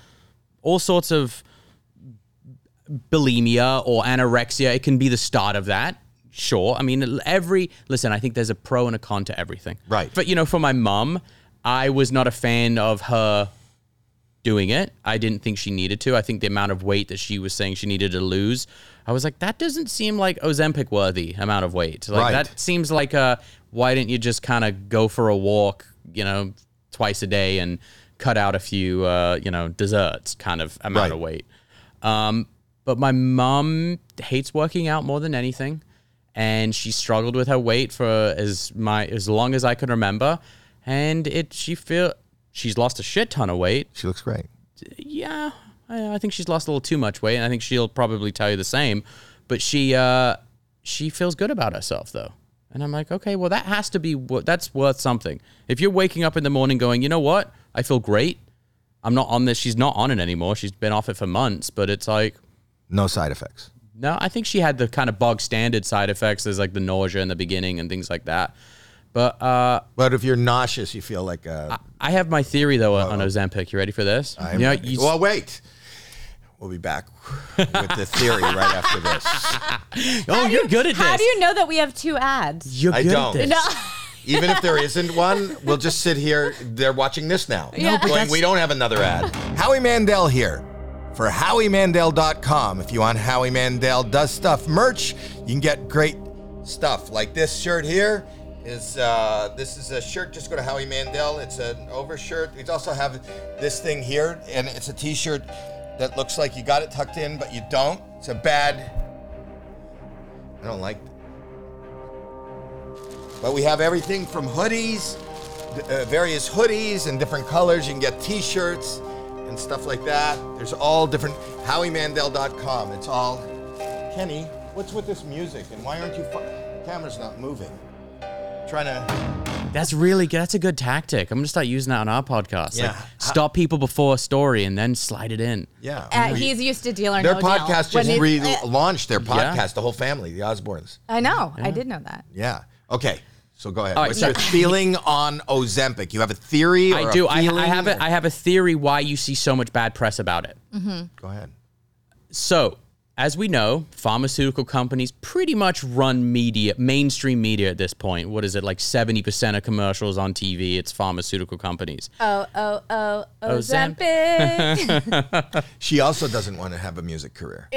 Speaker 3: all sorts of bulimia or anorexia. It can be the start of that. Sure. I mean, every, listen, I think there's a pro and a con to everything.
Speaker 1: Right.
Speaker 3: But, you know, for my mom, I was not a fan of her doing it. I didn't think she needed to. I think the amount of weight that she was saying she needed to lose, I was like, that doesn't seem like Ozempic worthy amount of weight. Like
Speaker 1: Right.
Speaker 3: that seems like a why didn't you just kind of go for a walk, you know, twice a day and cut out a few, uh, you know, desserts kind of amount
Speaker 1: Right.
Speaker 3: of weight. Um, but my mom hates working out more than anything, and she struggled with her weight for as my as long as I can remember, and it she feel she's lost a shit ton of weight
Speaker 1: She looks great.
Speaker 3: yeah, I, I think she's lost a little too much weight, and I think she'll probably tell you the same. But she uh, she feels good about herself though, and I'm like, okay, well that has to be wo- that's worth something. If you're waking up in the morning going, you know what, I feel great. I'm not on this. She's not on it anymore. She's been off it for months, but it's like.
Speaker 1: No side effects.
Speaker 3: No, I think she had the kind of bog standard side effects. There's like the nausea in the beginning and things like that. But uh,
Speaker 1: But if you're nauseous, you feel like uh, a.
Speaker 3: I have my theory though on Ozempic. You ready for this?
Speaker 1: I'm
Speaker 3: you know,
Speaker 1: ready.
Speaker 3: you-
Speaker 1: well, wait. We'll be back with the theory right after this.
Speaker 3: oh, you're good at this.
Speaker 2: How do you know that we have two ads?
Speaker 3: You're
Speaker 1: I
Speaker 3: good
Speaker 1: don't.
Speaker 3: at this.
Speaker 2: No.
Speaker 1: Even if there isn't one, we'll just sit here. They're watching this now.
Speaker 2: Yeah. but
Speaker 1: Going,
Speaker 3: that's-
Speaker 1: we don't have another ad. Howie Mandel here for howiemandel.com. If you want Howie Mandel Does Stuff merch, you can get great stuff like this shirt here. Is uh, this is a shirt? Just go to Howie Mandel. It's an overshirt. We also have this thing here, and it's a T-shirt that looks like you got it tucked in, but you don't. It's a bad. I don't like. But we have everything from hoodies, uh, various hoodies in different colors. You can get T-shirts and stuff like that. There's all different. HowieMandel.com. It's all. Kenny, what's with this music and why aren't you? Fu- the camera's not moving. Trying to.
Speaker 3: That's really good. That's a good tactic. I'm gonna start using that on our podcast. Like,
Speaker 1: Yeah.
Speaker 3: stop people before a story and then slide it in.
Speaker 1: Yeah.
Speaker 2: <laughs> Uh, he's used to dealer.
Speaker 1: their
Speaker 2: no Deal.
Speaker 1: podcast
Speaker 2: When
Speaker 1: just
Speaker 2: it- uh,
Speaker 1: relaunched their
Speaker 3: Yeah.
Speaker 1: podcast. The whole family, the Osbournes.
Speaker 2: I know. I did know that.
Speaker 1: Yeah. Okay. So go ahead.
Speaker 3: right,
Speaker 1: What's
Speaker 3: so-
Speaker 1: your feeling on Ozempic? You have a theory? Or
Speaker 3: I do.
Speaker 1: A
Speaker 3: I,
Speaker 1: feeling?
Speaker 3: I have a, I have a theory why you see so much bad press about it.
Speaker 1: Go ahead.
Speaker 3: So, as we know, pharmaceutical companies pretty much run media, mainstream media at this point. What is it like? Seventy percent of commercials on TV, it's pharmaceutical companies.
Speaker 2: Oh, oh, oh,
Speaker 3: Ozempic.
Speaker 1: <laughs>
Speaker 2: Ozempic.
Speaker 1: She also doesn't want to have a music career.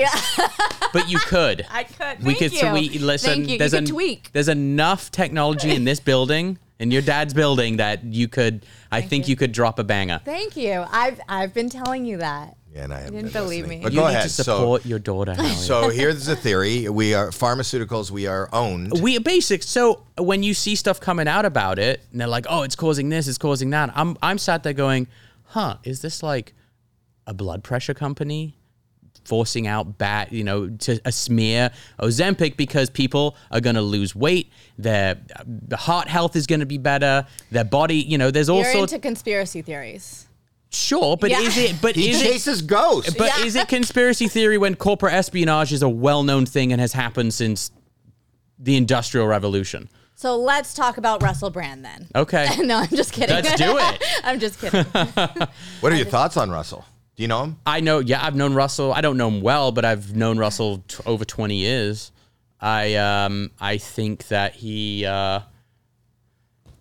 Speaker 3: but
Speaker 2: <laughs>
Speaker 3: you could.
Speaker 2: I could.
Speaker 3: we
Speaker 2: Thank
Speaker 3: could. So we
Speaker 2: you.
Speaker 3: listen.
Speaker 2: Thank you. You
Speaker 3: There's
Speaker 2: could
Speaker 3: en-
Speaker 2: tweak.
Speaker 3: There's enough technology in this building, in your dad's building, that you could. I think you. could drop a banger.
Speaker 2: Thank you. I've I've been telling you that.
Speaker 1: Yeah, and I haven't
Speaker 2: Didn't
Speaker 1: been
Speaker 2: believe
Speaker 1: listening.
Speaker 2: me.
Speaker 1: But
Speaker 3: you
Speaker 1: go
Speaker 3: need
Speaker 1: ahead.
Speaker 3: to
Speaker 1: So-
Speaker 3: support your daughter. Howie.
Speaker 1: So here's the theory: we are pharmaceuticals. We are owned.
Speaker 3: we basic. So when you see stuff coming out about it, and they're like, "Oh, it's causing this, it's causing that," I'm I'm sat there going, "Huh? Is this like a blood pressure company forcing out bat, you know, to a smear Ozempic because people are going to lose weight, their uh, the heart health is going to be better, their body, you know, there's all
Speaker 2: You're
Speaker 3: sorts.
Speaker 2: into conspiracy theories.
Speaker 3: sure, but
Speaker 2: Yeah.
Speaker 3: is it? But
Speaker 1: He
Speaker 3: is it?
Speaker 1: chases ghosts.
Speaker 3: But
Speaker 2: Yeah.
Speaker 3: is it conspiracy theory when corporate espionage is a well-known thing and has happened since the Industrial Revolution?
Speaker 2: So let's talk about Russell Brand then. <laughs>
Speaker 3: Okay.
Speaker 2: no, I'm just kidding.
Speaker 3: <laughs> Let's do it.
Speaker 2: <laughs> I'm just kidding.
Speaker 1: what are your thoughts on Russell? Do you know him?
Speaker 3: I know, yeah, I've known Russell. I don't know him well, but I've known Russell t- over 20 years. I um I think that he uh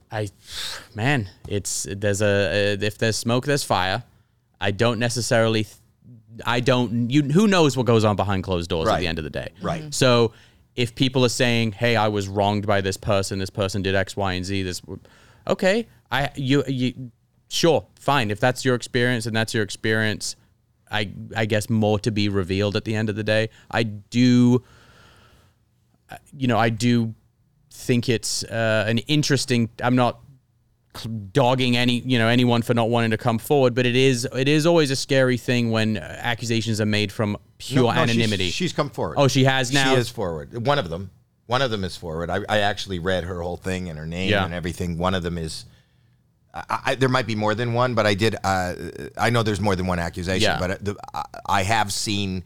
Speaker 3: I, man, it's there's a, uh, if there's smoke, there's fire. I don't necessarily, I don't. You who knows what goes on behind closed doors at
Speaker 1: Right.
Speaker 3: the end of the day.
Speaker 1: Right. Mhm.
Speaker 3: So if people are saying, "Hey, I was wronged by this person. This person did X, Y, and Z." This, okay, I you you, sure, fine. If that's your experience and that's your experience, I I guess more to be revealed at the end of the day. I do uh, you know, I do think it's uh, an interesting. I'm not cl- dogging any you know anyone for not wanting to come forward, but it is it is always a scary thing when uh, accusations are made from pure
Speaker 1: No, no, she's-
Speaker 3: anonymity.
Speaker 1: She's, come forward.
Speaker 3: Oh, she has now?
Speaker 1: She is forward. One of them. One of them is forward. I, I actually read her whole thing and her name
Speaker 3: Yeah.
Speaker 1: and everything. One of them is. I, I, there might be more than one, but I did. Uh, I know there's more than one accusation,
Speaker 3: Yeah.
Speaker 1: but uh, the, I, I have seen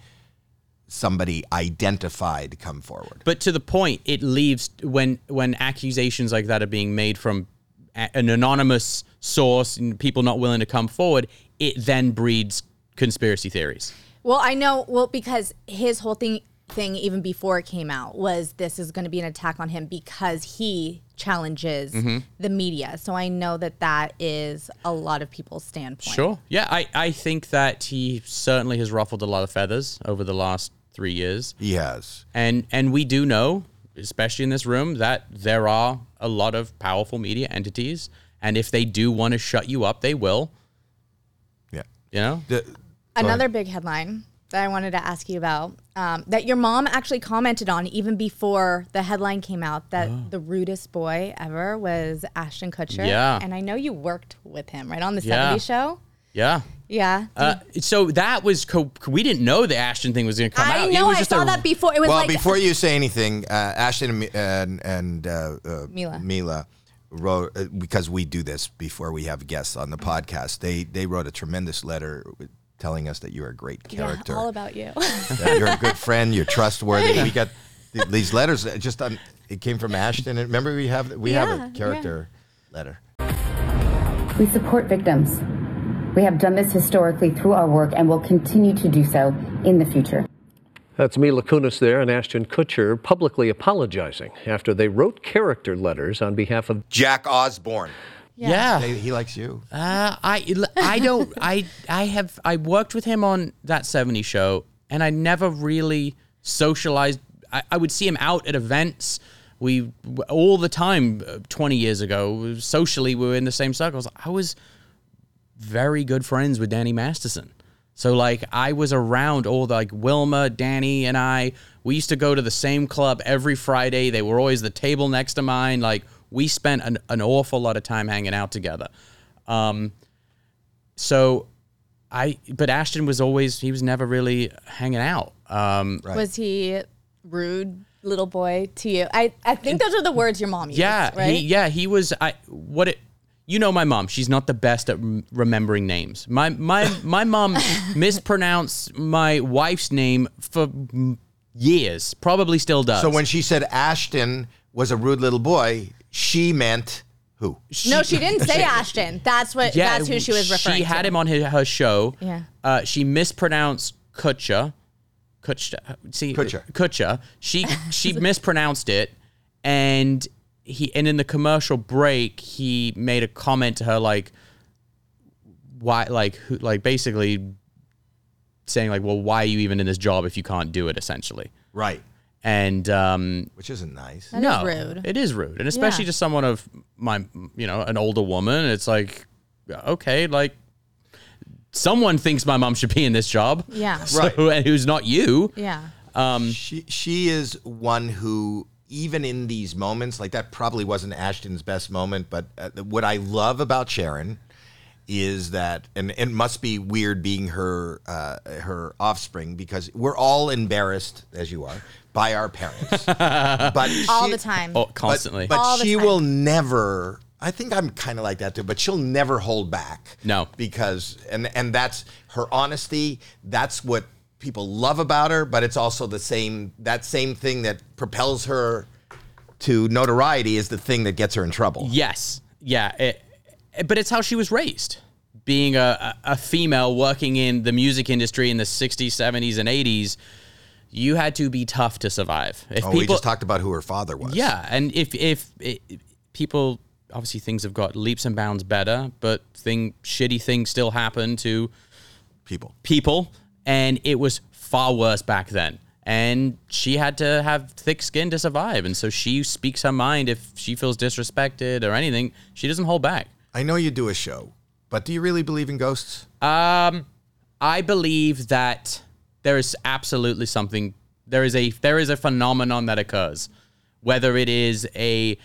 Speaker 1: somebody identified come forward.
Speaker 3: but to the point, it leaves when when accusations like that are being made from a- an anonymous source and people not willing to come forward, it then breeds conspiracy theories.
Speaker 2: Well, I know. Well, because his whole thing thing even before it came out was this is going to be an attack on him because he challenges
Speaker 3: Mm-hmm.
Speaker 2: the media. So I know that that is a lot of people's standpoint.
Speaker 3: Sure. Yeah, I, I think that he certainly has ruffled a lot of feathers over the last three years.
Speaker 1: He has.
Speaker 3: And and we do know, especially in this room, that there are a lot of powerful media entities. And if they do want to shut you up, they will.
Speaker 1: Yeah.
Speaker 3: You know?
Speaker 1: The-
Speaker 2: Another big headline that I wanted to ask you about um, that your mom actually commented on even before the headline came out that
Speaker 3: Oh.
Speaker 2: the rudest boy ever was Ashton Kutcher.
Speaker 3: Yeah.
Speaker 2: And I know you worked with him, right? On the
Speaker 3: Yeah.
Speaker 2: 70s show.
Speaker 3: Yeah.
Speaker 2: Yeah.
Speaker 3: Uh, so that was co- we didn't know the Ashton thing was going to come out.
Speaker 2: I
Speaker 3: It
Speaker 2: know.
Speaker 3: was
Speaker 2: I
Speaker 3: just
Speaker 2: saw
Speaker 3: a-
Speaker 2: that before. It was
Speaker 1: well,
Speaker 2: like
Speaker 1: before you say anything, uh, Ashton and, Mi- and, and uh, uh,
Speaker 2: Mila.
Speaker 1: Mila wrote uh, because we do this before we have guests on the podcast. They they wrote a tremendous letter telling us that you're a great character,
Speaker 2: Yeah, all about you. <laughs>
Speaker 1: that you're a good friend, you're trustworthy. we got th- these letters that just on, it came from Ashton. And remember, we have we have
Speaker 2: Yeah,
Speaker 1: a
Speaker 2: yeah.
Speaker 1: character letter.
Speaker 4: We support victims. We have done this historically through our work and will continue to do so in the future.
Speaker 5: That's Mila Kunis there and Ashton Kutcher publicly apologizing after they wrote character letters on behalf of
Speaker 1: Jack Osborne.
Speaker 3: yeah.
Speaker 1: They, he likes you.
Speaker 3: Uh, I I don't I I have I worked with him on that 70 show and I never really socialized I, I would see him out at events we all the time uh, 20 years ago socially we were in the same circles I was very good friends with Danny Masterson so like I was around all the like Wilma Danny and I we used to go to the same club every Friday they were always the table next to mine like we spent an, an awful lot of time hanging out together um, so I, but Ashton was always, he was never really hanging out. Um,
Speaker 2: Was he rude little boy to you? I, I think those are the words your mom used.
Speaker 3: yeah,
Speaker 2: right.
Speaker 3: he, yeah, he was, I, what it, you know, my mom, she's not the best at rem- remembering names. My, my, my mom mispronounced my wife's name for m- years, probably still does.
Speaker 1: So when she said Ashton was a rude little boy, she meant who?
Speaker 2: no, she didn't
Speaker 3: <laughs>
Speaker 2: say Ashton. That's what. that's who she was referring
Speaker 3: She
Speaker 2: to.
Speaker 3: had him on her, her show.
Speaker 2: Yeah.
Speaker 3: Uh, she mispronounced Kutcher. Kutcher. See,
Speaker 1: Kutcher.
Speaker 3: Kutcher.
Speaker 2: <laughs>
Speaker 3: She she mispronounced it, and he and in the commercial break he made a comment to her like, why like who like basically saying like well why are you even in this job if you can't do it essentially
Speaker 1: Right.
Speaker 3: and um
Speaker 1: Which isn't nice.
Speaker 2: That is
Speaker 3: no,
Speaker 2: rude.
Speaker 3: It is rude, and especially
Speaker 2: Yeah.
Speaker 3: to someone of my, you know, an older woman. It's like, okay, like someone thinks my mom should be in this job.
Speaker 2: Yeah.
Speaker 3: <laughs> So,
Speaker 1: Right.
Speaker 3: and who's not you? oh,
Speaker 2: yeah.
Speaker 1: She she is one who even in these moments like that probably wasn't Ashton's best moment, but uh, what I love about Sharon is that and it must be weird being her uh, her offspring because we're all embarrassed as you are by our parents, but
Speaker 2: All
Speaker 1: she-
Speaker 2: the time.
Speaker 3: Oh, constantly.
Speaker 1: But, but
Speaker 2: All the
Speaker 1: she
Speaker 2: time.
Speaker 1: will never. I think I'm kind of like that too. But she'll never hold back.
Speaker 3: No.
Speaker 1: because and and that's her honesty. That's what people love about her. But it's also the same that same thing that propels her to notoriety is the thing that gets her in trouble.
Speaker 3: yes. Yeah. It, it- but it's how she was raised, being a, a a female working in the music industry in the '60s, '70s, and '80s. You had to be tough to survive. If
Speaker 1: Oh, we just talked about who her father was.
Speaker 3: Yeah, and if if it, eh, people obviously things have got leaps and bounds better, but thing shitty things still happen to
Speaker 1: people.
Speaker 3: people, and it was far worse back then. And she had to have thick skin to survive, and so she speaks her mind if she feels disrespected or anything. She doesn't hold back.
Speaker 1: I know you do a show, but do you really believe in ghosts?
Speaker 3: Um, I believe that there is absolutely something. There is a there is a phenomenon that occurs, whether it is a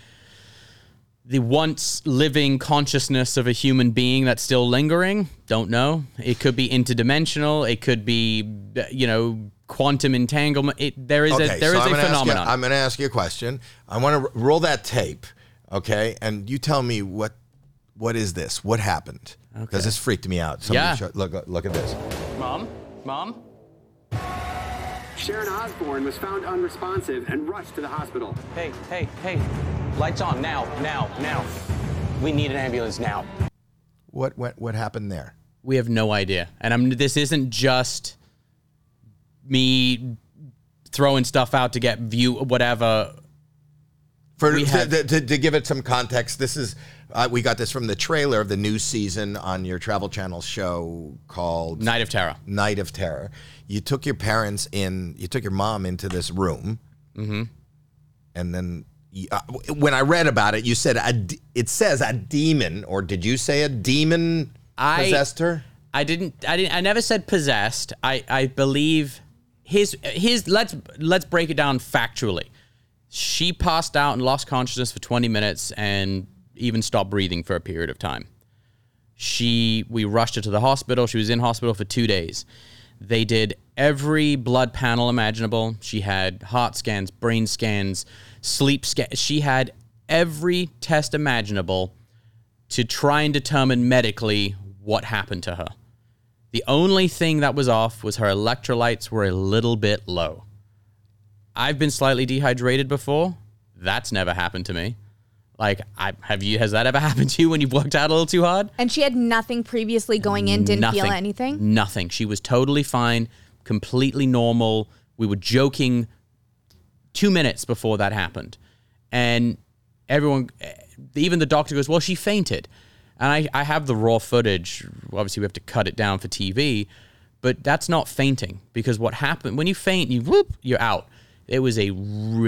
Speaker 3: the once living consciousness of a human being that's still lingering. Don't know. It could be interdimensional. It could be you know quantum entanglement. It, there is a there is
Speaker 1: I'm
Speaker 3: a
Speaker 1: gonna ask you-
Speaker 3: phenomenon.
Speaker 1: I'm going to ask you a question. I want to r- roll that tape, okay? And you tell me what what is this? What happened? Because this freaked me out. Somebody
Speaker 3: Yeah.
Speaker 1: showed- look, look at this.
Speaker 3: Mom, mom.
Speaker 6: Sharon Osborne was found unresponsive and rushed to the hospital.
Speaker 7: Hey, hey, hey. Lights on now, now, now. We need an ambulance now.
Speaker 1: What went? What happened there?
Speaker 3: We have no idea. And I'm this isn't just me throwing stuff out to get view whatever.
Speaker 1: For
Speaker 3: We
Speaker 1: to,
Speaker 3: had-
Speaker 1: to, to, to give it some context, this is uh, we got this from the trailer of the new season on your Travel Channel show called
Speaker 3: Night of Terror.
Speaker 1: Night of Terror. You took your parents in, you took your mom into this room. Mm-hmm. And then you- uh, w- when I read about it, you said a d it says a demon, or did you say a demon
Speaker 3: I-
Speaker 1: possessed her?
Speaker 3: I didn't I didn't I never said possessed. I I believe his his let's let's break it down factually. She passed out and lost consciousness for 20 minutes and even stopped breathing for a period of time. She we rushed her to the hospital. She was in hospital for 2 days. They did every blood panel imaginable. She had heart scans, brain scans, sleep scans. She had every test imaginable to try and determine medically what happened to her. The only thing that was off was her electrolytes were a little bit low. I've been slightly dehydrated before. That's never happened to me. Like, I have you? Has that ever <laughs> happened to you when you've worked out a little too hard?
Speaker 2: And she had nothing previously going in, didn't feel anything.
Speaker 3: Nothing. She was totally fine, completely normal. We were joking two minutes before that happened. And everyone, eh, even the doctor goes, Well, she fainted. And I, I have the raw footage. Obviously, we have to cut it down for TV, but that's not fainting because what happened when you faint, you whoop, you're out. It was a r-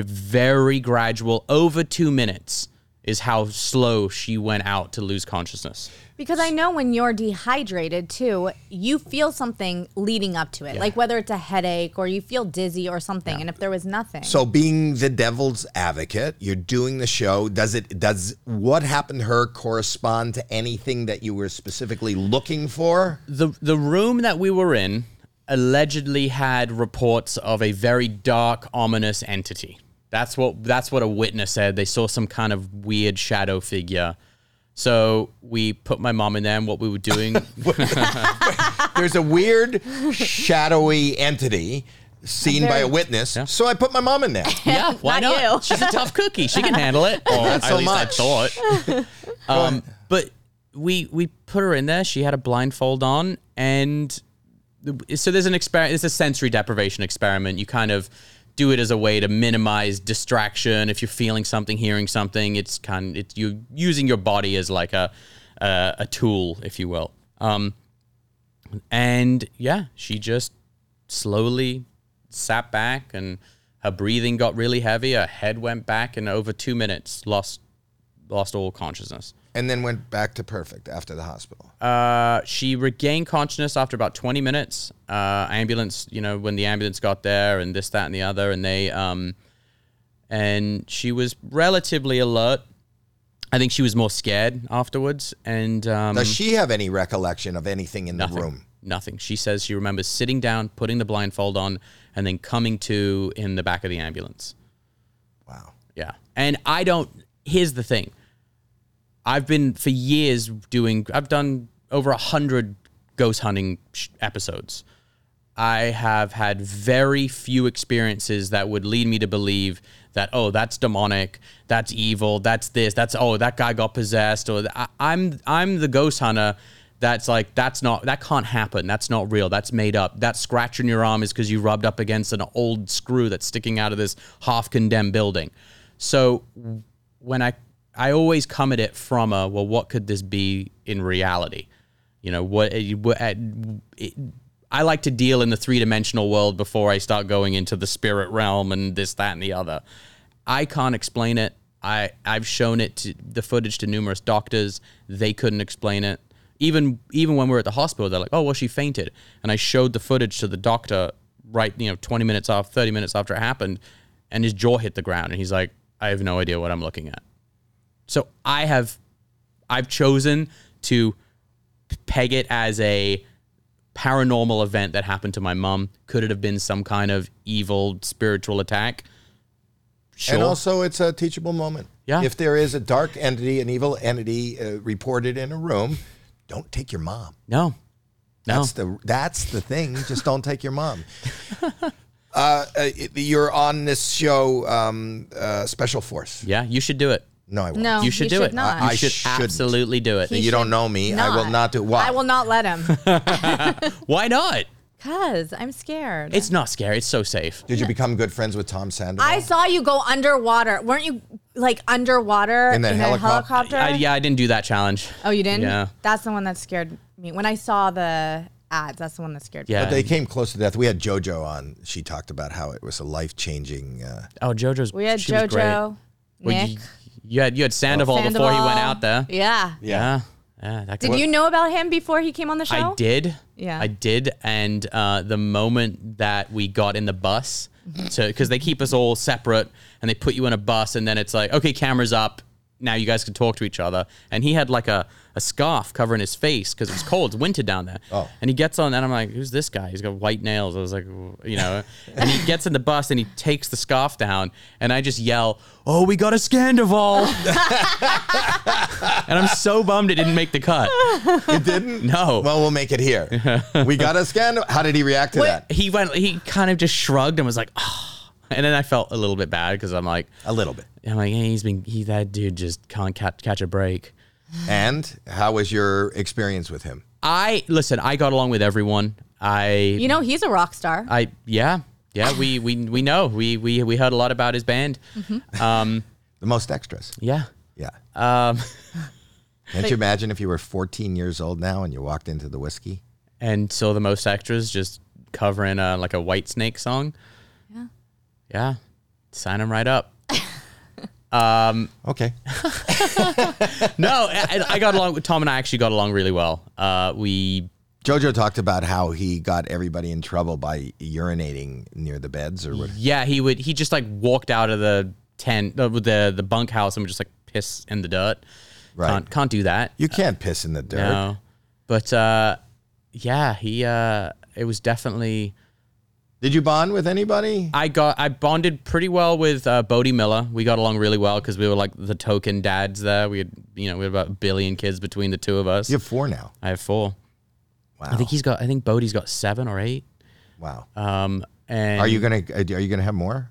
Speaker 3: very gradual, over two minutes is how slow she went out to lose consciousness.
Speaker 2: Because I know when you're dehydrated too, you feel something leading up to it, like whether it's a headache or you feel dizzy or something. And if there was nothing,
Speaker 1: So being the devil's advocate, you're doing the show. Does it does what happened to her correspond to anything that you were specifically looking for?
Speaker 3: the the room that we were in allegedly had reports of a very dark, ominous entity. That's what that's what a witness said. They saw some kind of weird shadow figure. So we put my mom in there, and what we were doing,
Speaker 1: There's a weird shadowy entity seen by a witness. So I put my mom in there.
Speaker 3: yeah, <laughs> why
Speaker 2: Not
Speaker 3: not?
Speaker 2: you.
Speaker 3: She's a tough cookie. She can handle it. <laughs> Or
Speaker 1: Not
Speaker 3: at
Speaker 1: so
Speaker 3: least
Speaker 1: much.
Speaker 3: I <laughs> thought. um, but we we put her in there. She had a blindfold on, and so there's an experiment. It's a sensory deprivation experiment. You kind of do it as a way to minimize distraction. If you're feeling something, hearing something, it's kind. It's you're using your body as like a uh, a tool, if you will. Um, and yeah, she just slowly sat back, and her breathing got really heavy. Her head went back, and over two minutes, lost lost all consciousness.
Speaker 1: and then went back to perfect after the hospital.
Speaker 3: Uh, she regained consciousness after about 20 minutes. Uh, ambulance, you know, when the ambulance got there and this, that, and the other, and they, um, and she was relatively alert. I think she was more scared afterwards, and um,
Speaker 1: Does she have any recollection of anything in the
Speaker 3: nothing,
Speaker 1: room?
Speaker 3: Nothing. She says she remembers sitting down, putting the blindfold on, and then coming to in the back of the ambulance.
Speaker 1: Wow.
Speaker 3: Yeah. And I don't here's the thing. I've been for years doing I've done over a hundred ghost hunting sh- episodes. I have had very few experiences that would lead me to believe that oh that's demonic, that's evil, that's this, that's oh that guy got possessed or I, I'm I'm the ghost hunter that's like that's not that can't happen. That's not real. That's made up. That scratch on your arm is because you rubbed up against an old screw that's sticking out of this half condemned building. So w- when I I always come at it from a well, what could this be in reality? You know, what, what eh, it, I like to deal in the three dimensional world before I start going into the spirit realm and this, that, and the other. I can't explain it. I I've shown it to the footage to numerous doctors. They couldn't explain it. Even even when we were at the hospital, they're like, "Oh, well, she fainted," and I showed the footage to the doctor right, you know, twenty minutes off, thirty minutes after it happened, and his jaw hit the ground, and he's like, "I have no idea what I'm looking at." So I have, I've chosen to peg it as a paranormal event that happened to my mom. Could it have been some kind of evil spiritual attack? Sure.
Speaker 1: And also, it's a teachable moment.
Speaker 3: Yeah.
Speaker 1: If there is a dark entity, an evil entity uh, reported in a room, don't take your mom.
Speaker 3: no, no.
Speaker 1: That's the that's the thing. Just don't take your mom. <laughs> Uh, uh, it- you're on this show, um, uh, Special Force.
Speaker 3: yeah, you should do it.
Speaker 1: No, I won't.
Speaker 2: No,
Speaker 3: You should
Speaker 2: he
Speaker 3: do
Speaker 2: Um, should
Speaker 3: it.
Speaker 2: Not.
Speaker 1: I- I
Speaker 3: you should
Speaker 1: shouldn't.
Speaker 3: absolutely do it.
Speaker 2: He
Speaker 1: You don't
Speaker 2: should
Speaker 1: know me. I will not do- why?
Speaker 2: I will not let him. <laughs>
Speaker 3: Why not?
Speaker 2: Cause I'm scared.
Speaker 3: It's not scary. It's so safe.
Speaker 1: Did you become good friends with Tom Sandoval?
Speaker 2: I saw you go underwater. Weren't you like underwater
Speaker 1: In that helicopter?
Speaker 2: helicopter?
Speaker 3: I, yeah, I didn't do that challenge.
Speaker 2: Oh, you didn't?
Speaker 3: Yeah.
Speaker 2: That's the one that scared me. When I saw the ads, that's the one that scared
Speaker 3: Yeah.
Speaker 2: me.
Speaker 1: they came close to death. We had JoJo on. She talked about how it was a life changing. Uh,
Speaker 3: oh, JoJo's.
Speaker 2: We had
Speaker 3: she was great.
Speaker 2: JoJo,
Speaker 3: Well,
Speaker 2: Nick,
Speaker 3: you, you had you had Sandoval, before he went
Speaker 2: Sandoval.
Speaker 3: out there.
Speaker 2: Yeah.
Speaker 3: Yeah. Yeah, that
Speaker 2: Did
Speaker 3: guy-
Speaker 2: you know about him before he came on the show?
Speaker 3: I did.
Speaker 2: Yeah.
Speaker 3: I did. And uh, the moment that we got in the bus,
Speaker 2: Mm-hmm.
Speaker 3: because they keep us all separate and they put you in a bus, and then it's like, okay, cameras up. Now you guys can talk to each other. And he had like a, a scarf covering his face because it was cold. It's winter down there.
Speaker 1: Oh.
Speaker 3: And he gets on, and I'm like, who's this guy? He's got white nails. I was like, "Wh-
Speaker 1: <laughs>
Speaker 3: you know. and he gets in the bus and he takes the scarf down, and I just yell, oh, we got
Speaker 1: <laughs>
Speaker 3: a Scandival. and I'm so bummed it didn't make the cut.
Speaker 1: it didn't.
Speaker 3: No.
Speaker 1: Well, we'll make it here. we got a scandal. How did he react to that?
Speaker 3: he went he kind of just shrugged and was like oh. and then i felt a little bit bad because i'm like
Speaker 1: A little bit.
Speaker 3: i'm like hey, he's been he that dude just can't catch, catch a break
Speaker 1: And how was your experience with him?
Speaker 3: i listen i got along with everyone i
Speaker 2: You know, he's a rock star.
Speaker 3: i yeah yeah we we we know we we we heard a lot about his band um
Speaker 1: The most extras.
Speaker 3: yeah
Speaker 1: Yeah.
Speaker 3: um
Speaker 1: Can't you imagine if you were 14 years old now and you walked into the whiskey?
Speaker 3: and so the most extras just covering uh like a white snake song yeah yeah sign him right up
Speaker 1: Okay.
Speaker 3: no I, I got along with tom and i actually got along really well uh we
Speaker 1: Jojo talked about how he got everybody in trouble by urinating near the beds or what.
Speaker 3: Yeah, he would. He just like walked out of the tent, uh, the the bunkhouse, and would just like piss in the dirt.
Speaker 1: Right.
Speaker 3: Can't can't do that.
Speaker 1: You can't piss in the dirt.
Speaker 3: No. But uh, yeah, he. Uh, it was definitely.
Speaker 1: Did you bond with anybody?
Speaker 3: I got. I bonded pretty well with uh, Bodie Miller. We got along really well because we were like the token dads there. We had, you know, we had about a billion kids between the two of us.
Speaker 1: You have four now.
Speaker 3: I have four.
Speaker 1: Wow.
Speaker 3: I think he's got. I think Bodie's got seven or eight.
Speaker 1: wow.
Speaker 3: Um, and
Speaker 1: are you gonna uh, Are you gonna have more?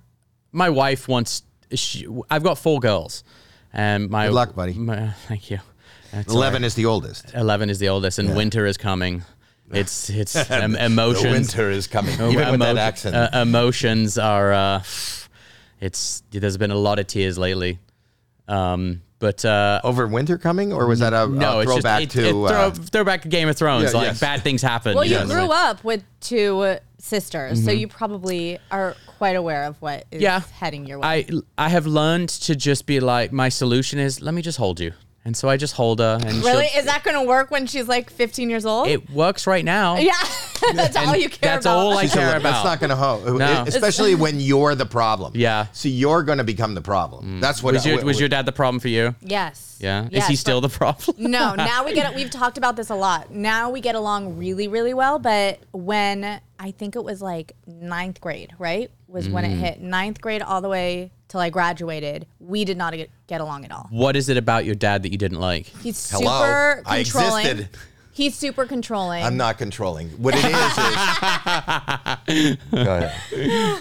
Speaker 3: my wife wants. She, I've got four girls, and my
Speaker 1: Good luck, buddy.
Speaker 3: my- <laughs> thank you. That's all
Speaker 1: Eleven is the oldest.
Speaker 3: right. Eleven is the oldest, and winter is coming.
Speaker 1: <laughs>
Speaker 3: It's it's em- emotions.
Speaker 1: is coming.
Speaker 3: Uh,
Speaker 1: Even with that
Speaker 3: emo-
Speaker 1: accent.
Speaker 3: uh, emotions are. Uh, it's there's been a lot of tears lately, um, but uh,
Speaker 1: Over winter coming, or was that a, a
Speaker 3: no, it's
Speaker 1: throwback
Speaker 3: just, it-
Speaker 1: to?
Speaker 3: it, throw,
Speaker 1: uh,
Speaker 3: throwback to Game of Thrones.
Speaker 1: Yeah,
Speaker 3: like
Speaker 1: yes.
Speaker 3: bad things happen.
Speaker 2: well, you
Speaker 1: Yes.
Speaker 2: grew up with two uh, sisters, so you probably are quite aware of what is
Speaker 3: Mm-hmm. yeah
Speaker 2: heading your way.
Speaker 3: i i have learned to just be like my solution is let me just hold you and so i just hold her and she'll-
Speaker 2: really? Is that going to work when she's like 15 years old?
Speaker 3: it works right
Speaker 2: <laughs>
Speaker 3: now <laughs>
Speaker 2: yeah. that's all
Speaker 3: And
Speaker 2: you care
Speaker 3: that's
Speaker 2: about.
Speaker 3: all I
Speaker 1: That's
Speaker 3: care about.
Speaker 1: not going to hold,
Speaker 3: No.
Speaker 1: especially when you're the problem.
Speaker 3: Yeah. Mm.
Speaker 1: So you're going to become the problem. That's what.
Speaker 3: was your,
Speaker 1: I-
Speaker 3: was your dad the problem for you?
Speaker 2: Yes.
Speaker 3: Yeah. Is
Speaker 2: Yes,
Speaker 3: he
Speaker 2: but-
Speaker 3: still the problem?
Speaker 2: <laughs> no, now we get we've talked about this a lot. Now we get along really, really well. But when I think it was like ninth grade, right? Was when it hit ninth grade all the way till I graduated. We did not get, get along at all.
Speaker 3: <laughs> What is it about your dad that you didn't like?
Speaker 2: He's
Speaker 1: Hello,
Speaker 2: super
Speaker 1: I
Speaker 2: controlling.
Speaker 1: existed.
Speaker 2: He's super controlling.
Speaker 1: I'm not controlling. What it is
Speaker 3: <laughs>
Speaker 1: is. Go ahead.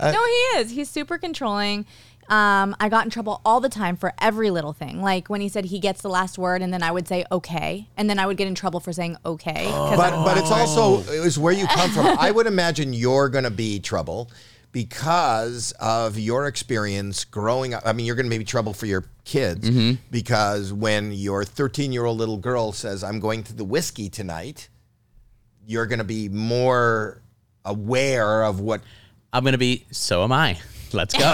Speaker 2: no, he is. He's super controlling. Um, I got in trouble all the time for every little thing. Like when he said he gets the last word, and then I would say okay, and then I would get in trouble for saying okay. 'cause
Speaker 3: Oh.
Speaker 1: But but it's also it's where you come from. I would imagine you're going to be trouble because of your experience growing up. I mean, you're going to maybe trouble for your kids
Speaker 3: Mm-hmm.
Speaker 1: because when your 13 year old little girl says, I'm going to the whiskey tonight, you're going to be more aware of what,
Speaker 3: I'm gonna be. So am I. <laughs>
Speaker 2: <laughs>
Speaker 3: Let's go.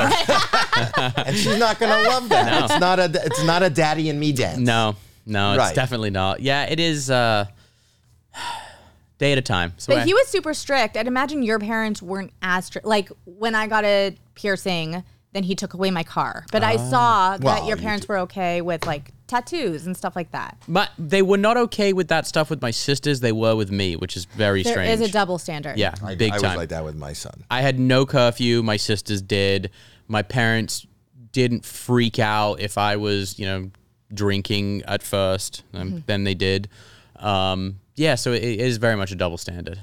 Speaker 1: and she's not going to love
Speaker 3: <laughs>
Speaker 1: that. It's not a, it's not a daddy and me dance.
Speaker 3: no, no, it's
Speaker 1: Right.
Speaker 3: definitely not. Yeah, it is. Uh, <sighs> day at a time. So I-
Speaker 2: But he was super strict. I'd imagine your parents weren't as strict. Like when I got a piercing, then he took away my car. But I
Speaker 3: Ah,
Speaker 2: saw
Speaker 1: Well,
Speaker 2: that your
Speaker 1: you
Speaker 2: parents were okay with like tattoos and stuff like that.
Speaker 3: But they were not okay with that stuff with my sisters. They were with me, which is very
Speaker 2: There
Speaker 3: strange.
Speaker 2: is a double standard.
Speaker 3: yeah,
Speaker 1: I,
Speaker 3: big
Speaker 1: I
Speaker 3: time.
Speaker 1: was like that with my son.
Speaker 3: I had no curfew. My sisters did. My parents didn't freak out if I was, you know, drinking at first. Um, Then they did. Um, yeah, so it, it is very much a double standard.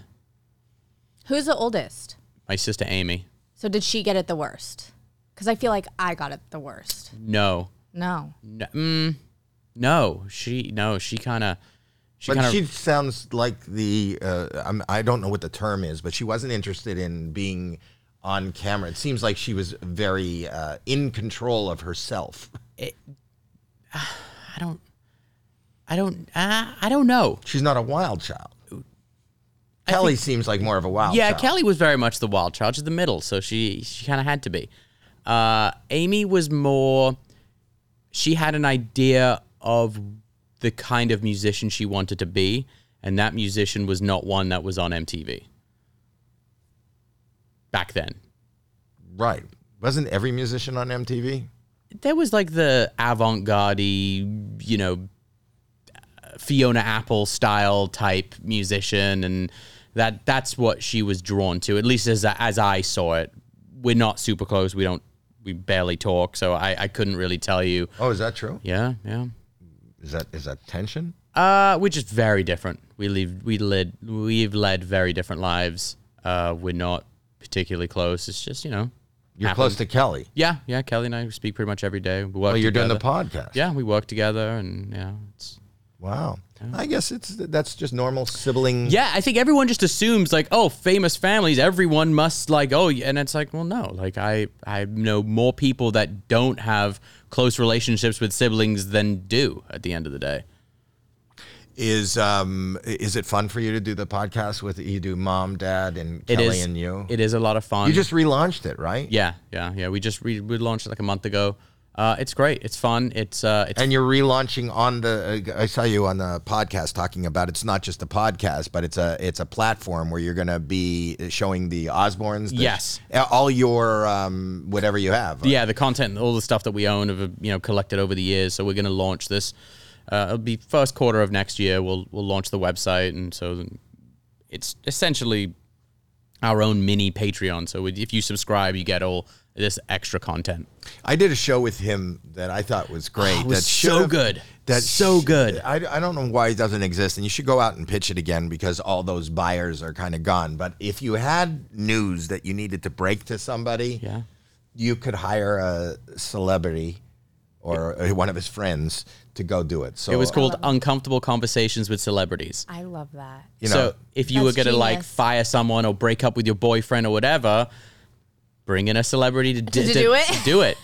Speaker 2: Who's the oldest?
Speaker 3: My sister Amy,
Speaker 2: So did she get it the worst? Because I feel like I got it the worst.
Speaker 3: no,
Speaker 2: No.
Speaker 3: no, mm, no, she, no, she kind of, she
Speaker 1: But
Speaker 3: kind
Speaker 1: she
Speaker 3: of,
Speaker 1: sounds like the uh, I'm, I don't know what the term is, but she wasn't interested in being on camera. It seems like she was very uh, in control of herself.
Speaker 3: I don't, I don't, uh, I don't know.
Speaker 1: She's not a wild child. Kelly seems like more of a wild.
Speaker 3: Yeah,
Speaker 1: child.
Speaker 3: Kelly was very much the wild child. She's the middle, so she she kind of had to be. Uh, Amy was more. She had an idea of the kind of musician she wanted to be, and that musician was not one that was on MTV back then.
Speaker 1: right? Wasn't every musician on MTV?
Speaker 3: There was like the avant-garde, you know, Fiona Apple style type musician, and that that's what she was drawn to. At least as as I saw it, we're not super close. We don't we barely talk, so I I couldn't really tell you.
Speaker 1: Oh, is that true?
Speaker 3: Yeah, yeah.
Speaker 1: Is that is that tension?
Speaker 3: Uh, we're just very different. We live we led we've led very different lives. Uh, we're not particularly close. It's just you know.
Speaker 1: You're
Speaker 3: Happened.
Speaker 1: close to Kelly.
Speaker 3: Yeah, yeah. Kelly and I speak pretty much every day. We work.
Speaker 1: Oh, you're doing the
Speaker 3: together.
Speaker 1: podcast.
Speaker 3: Yeah, we work together, and yeah, it's
Speaker 1: Wow. I guess it's that's just normal sibling.
Speaker 3: Yeah, I think everyone just assumes like, oh, famous families, everyone must like, oh, yeah, and it's like, well, no, like I I know more people that don't have close relationships with siblings than do at the end of the day.
Speaker 1: Is um is it fun for you to do the podcast with you do mom, dad, and
Speaker 3: It is
Speaker 1: Kelly and you?
Speaker 3: It is a lot of fun.
Speaker 1: You just relaunched it, right?
Speaker 3: yeah, yeah, yeah. We just re- we launched it like a month ago. Uh, it's great. It's fun. It's uh, it's
Speaker 1: And you're relaunching on the. uh, I saw you on the podcast talking about it's not just a podcast, but it's a it's a platform where you're going to be showing the Osbournes. the-
Speaker 3: Yes.
Speaker 1: all your um, whatever you have.
Speaker 3: yeah, the content, and all the stuff that we own, have you know collected over the years. So we're going to launch this. Uh, it'll be first quarter of next year. We'll we'll launch the website, and so then it's essentially our own mini Patreon. So if you subscribe, you get all this extra content.
Speaker 1: I did a show with him that I thought was great.
Speaker 3: Oh, it was
Speaker 1: that
Speaker 3: so
Speaker 1: should've-
Speaker 3: good. So
Speaker 1: sh-
Speaker 3: good.
Speaker 1: I, I don't know why it doesn't exist, and you should go out and pitch it again because all those buyers are kind of gone. But if you had news that you needed to break to somebody,
Speaker 3: Yeah.
Speaker 1: you could hire a celebrity or uh, one of his friends to go do it. So
Speaker 3: Oh, It was called Uncomfortable Conversations with Celebrities.
Speaker 2: I love that.
Speaker 1: You
Speaker 3: so
Speaker 1: know,
Speaker 3: if you were
Speaker 2: That's
Speaker 3: going to like
Speaker 2: genius.
Speaker 3: fire someone or break up with your boyfriend or whatever, bring in a celebrity to, d-
Speaker 2: To do it?
Speaker 3: to do <laughs> it.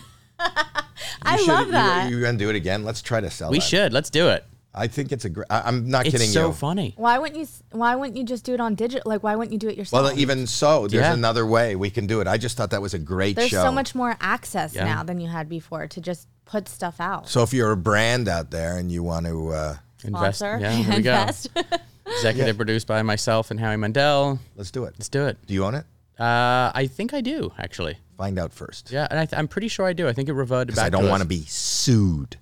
Speaker 2: I love that.
Speaker 1: You, are gonna do it again. Let's try to sell.
Speaker 3: We
Speaker 1: that.
Speaker 3: should. Let's do it.
Speaker 1: I think it's a. Gr- I, I'm not
Speaker 3: It's
Speaker 1: kidding
Speaker 3: so
Speaker 1: you.
Speaker 3: funny.
Speaker 2: why wouldn't you? s- Why wouldn't you just do it on digital? Like why wouldn't you do it yourself?
Speaker 1: Well, even so, there's
Speaker 3: Yeah.
Speaker 1: another way we can do it. I just thought that was a great
Speaker 2: There's
Speaker 1: show.
Speaker 2: so much more access
Speaker 3: Yeah.
Speaker 2: now than you had before to just put stuff out.
Speaker 1: So if you're a brand out there and you want to, uh,
Speaker 3: Invest-
Speaker 2: Sponsor,
Speaker 3: Yeah, here we
Speaker 2: <laughs>
Speaker 3: go.
Speaker 2: invest.
Speaker 3: Executive produced by myself and Howie Mandel.
Speaker 1: let's do it.
Speaker 3: Let's do it.
Speaker 1: Do you own it?
Speaker 3: Uh, I think I do actually.
Speaker 1: Find out first.
Speaker 3: Yeah, and I th- I'm pretty sure I do. I think it reverted
Speaker 1: 'Cause
Speaker 3: back.
Speaker 1: I don't
Speaker 3: to
Speaker 1: want
Speaker 3: us.
Speaker 1: to be sued.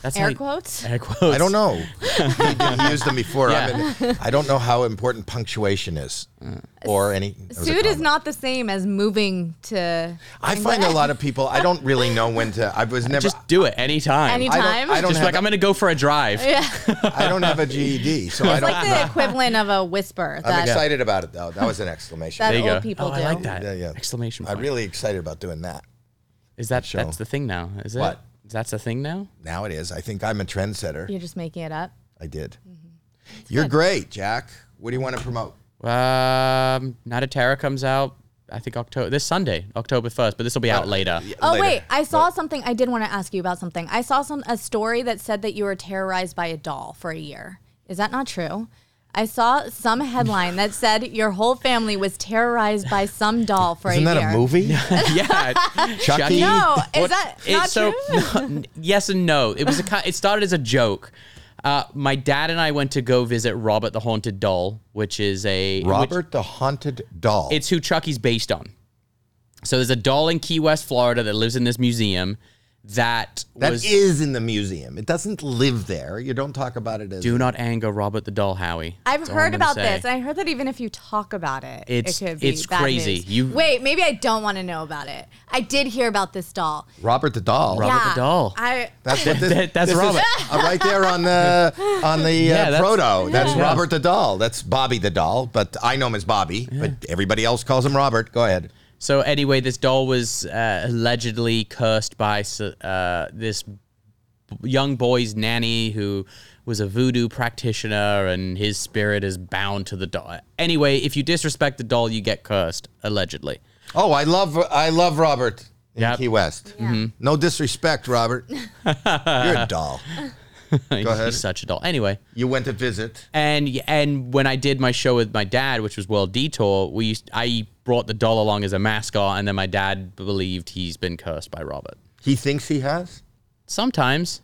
Speaker 3: That's
Speaker 2: Air
Speaker 3: how-
Speaker 2: quotes?
Speaker 3: <laughs> Air quotes.
Speaker 1: I don't know. he didn't use them before.
Speaker 3: Yeah.
Speaker 1: I'm in, I don't know how important punctuation is or any. that was a
Speaker 2: Suit is
Speaker 1: comment.
Speaker 2: not the same as moving to
Speaker 1: I find a lot of people. I don't really know when to. I was never.
Speaker 3: Just do it anytime.
Speaker 1: I don't,
Speaker 2: Time?
Speaker 1: I don't
Speaker 3: Just
Speaker 1: have
Speaker 3: like I'm gonna go for a drive. Yeah.
Speaker 1: I don't
Speaker 3: <laughs>
Speaker 1: have a GED, so I
Speaker 2: It's
Speaker 1: don't.
Speaker 2: like the equivalent of a whisper
Speaker 1: I'm
Speaker 2: that
Speaker 1: excited about it though. That was an exclamation.
Speaker 2: That-
Speaker 3: There you go.
Speaker 2: old people
Speaker 3: oh, I
Speaker 2: do.
Speaker 3: like that.
Speaker 1: Yeah, yeah.
Speaker 3: Exclamation
Speaker 1: I'm
Speaker 3: point.
Speaker 1: really excited about doing that.
Speaker 3: is that
Speaker 1: Sure.
Speaker 3: that's the thing now? Is it?
Speaker 1: What?
Speaker 3: That's the thing now.
Speaker 1: Now it is. I think I'm a trendsetter.
Speaker 2: you're just making it up.
Speaker 1: I did.
Speaker 2: Mm-hmm.
Speaker 1: You're great, Jack. What do you want to promote?
Speaker 3: Um, Not a Terra comes out I think October this Sunday, October first, but this will be out
Speaker 1: <laughs>
Speaker 3: later.
Speaker 2: Oh wait, I saw something. I did want to ask you about something. I saw some a story that said that you were terrorized by a doll for a year. Is that not true? I saw some
Speaker 1: <laughs>
Speaker 2: headline that said your whole family was terrorized by some doll for
Speaker 1: Isn't
Speaker 2: a
Speaker 1: that
Speaker 2: year.
Speaker 1: a
Speaker 3: <laughs>
Speaker 1: movie?
Speaker 3: <laughs> yeah,
Speaker 1: Chucky?
Speaker 2: No, is
Speaker 3: What-
Speaker 2: that
Speaker 3: it-
Speaker 2: not
Speaker 3: so-
Speaker 2: true?
Speaker 3: <laughs> no, yes and no. It was a. ki- It started as a joke. Uh, my dad and I went to go visit Robert the Haunted Doll, which is a which-
Speaker 1: Robert the Haunted Doll.
Speaker 3: it's who Chucky's based on. So there's a doll in Key West, Florida, that lives in this museum. That,
Speaker 1: that
Speaker 3: was
Speaker 1: is in the museum. It doesn't live there. You don't talk about it as
Speaker 3: do not anger Robert the Doll Howie.
Speaker 2: I've
Speaker 3: That's all I'm
Speaker 2: heard
Speaker 3: gonna
Speaker 2: about
Speaker 3: say.
Speaker 2: this. And I heard that even if you talk about it,
Speaker 3: It's-
Speaker 2: it could be
Speaker 3: it's
Speaker 2: bad
Speaker 3: crazy.
Speaker 2: news.
Speaker 3: You-
Speaker 2: wait. Maybe I don't want to know about it. I did hear about this doll.
Speaker 1: Robert the Doll.
Speaker 3: Robert the Doll.
Speaker 2: I
Speaker 1: <laughs> That's what this,
Speaker 3: <laughs> That- that's
Speaker 1: this is,
Speaker 3: Robert.
Speaker 1: uh, right there on
Speaker 3: <laughs>
Speaker 1: the on the
Speaker 3: Yeah,
Speaker 1: uh,
Speaker 3: that's-
Speaker 1: proto. That's
Speaker 3: yeah.
Speaker 1: Robert the doll. That's Bobby the doll. But I know him as Bobby. But everybody else calls him Robert. Go ahead.
Speaker 3: So anyway, this doll was uh, allegedly cursed by uh, this young boy's nanny who was a voodoo practitioner, and his spirit is bound to the doll. Anyway, if you disrespect the doll, you get cursed allegedly. <laughs>
Speaker 1: Oh, I love I love Robert in
Speaker 3: Yep.
Speaker 1: Key West. No disrespect, Robert.
Speaker 3: <laughs>
Speaker 1: You're a doll. ahead.
Speaker 3: He's such a doll. Anyway,
Speaker 1: You went to visit.
Speaker 3: and and when I did my show with my dad, which was World Detour, we used, I brought the doll along as a mascot, and then my dad believed he's been cursed by Robert.
Speaker 1: He thinks he has.
Speaker 3: Sometimes.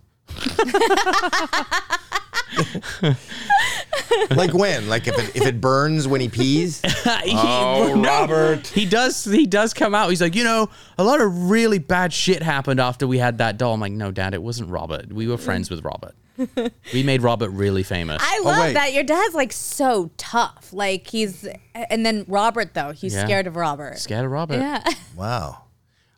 Speaker 1: Like when? Like if it if it burns when he pees.
Speaker 3: <laughs> He-
Speaker 1: Oh,
Speaker 3: no. He does. He does come out. He's like, you know, a lot of really bad shit happened after we had that doll. I'm like, no, Dad, it wasn't Robert. We were friends with Robert. we made Robert really famous.
Speaker 2: I love
Speaker 1: oh, wait.
Speaker 2: that your dad's like so tough. Like he's and then Robert though he's
Speaker 3: Yeah.
Speaker 2: scared of Robert.
Speaker 3: Scared of Robert.
Speaker 2: Yeah.
Speaker 1: Wow.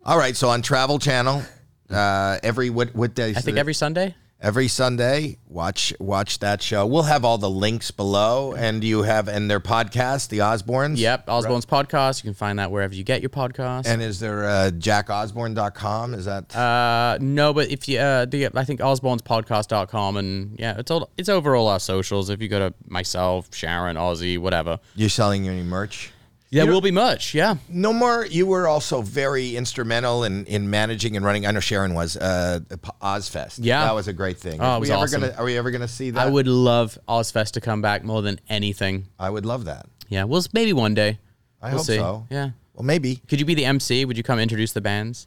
Speaker 1: All right. So on Travel Channel, uh, every what what day?
Speaker 3: I think every Sunday.
Speaker 1: every Sunday. Watch watch that show. We'll have all the links below, and you have and their podcast, the Osbournes.
Speaker 3: Yep, Osborne's podcast. You can find that wherever you get your podcast.
Speaker 1: And is there uh, jackosborne.com? Is that
Speaker 3: uh, no, but if you, uh, the, I think Osborne's podcast.com and yeah, it's all it's over all our socials. If you go to myself, Sharon, Ozzy, whatever,
Speaker 1: you're selling any merch?
Speaker 3: there will be merch. Yeah,
Speaker 1: No more. You were also very instrumental in, in managing and running. I know Sharon was uh, the P- Ozfest.
Speaker 3: Yeah.
Speaker 1: that was a great thing.
Speaker 3: Oh, it
Speaker 1: are
Speaker 3: was
Speaker 1: we ever
Speaker 3: awesome.
Speaker 1: gonna Are we ever gonna see that?
Speaker 3: I would love Ozfest to come back more than anything.
Speaker 1: I would love that.
Speaker 3: Yeah, we'll s- maybe one day.
Speaker 1: I
Speaker 3: We'll
Speaker 1: hope
Speaker 3: see.
Speaker 1: so.
Speaker 3: Yeah.
Speaker 1: Well, maybe.
Speaker 3: Could you be the MC? Would you come introduce the bands?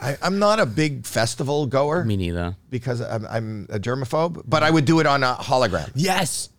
Speaker 1: I, I'm not a big festival goer
Speaker 3: Me neither.
Speaker 1: because I'm, I'm a germaphobe, but I would do it on a hologram.
Speaker 3: Yes.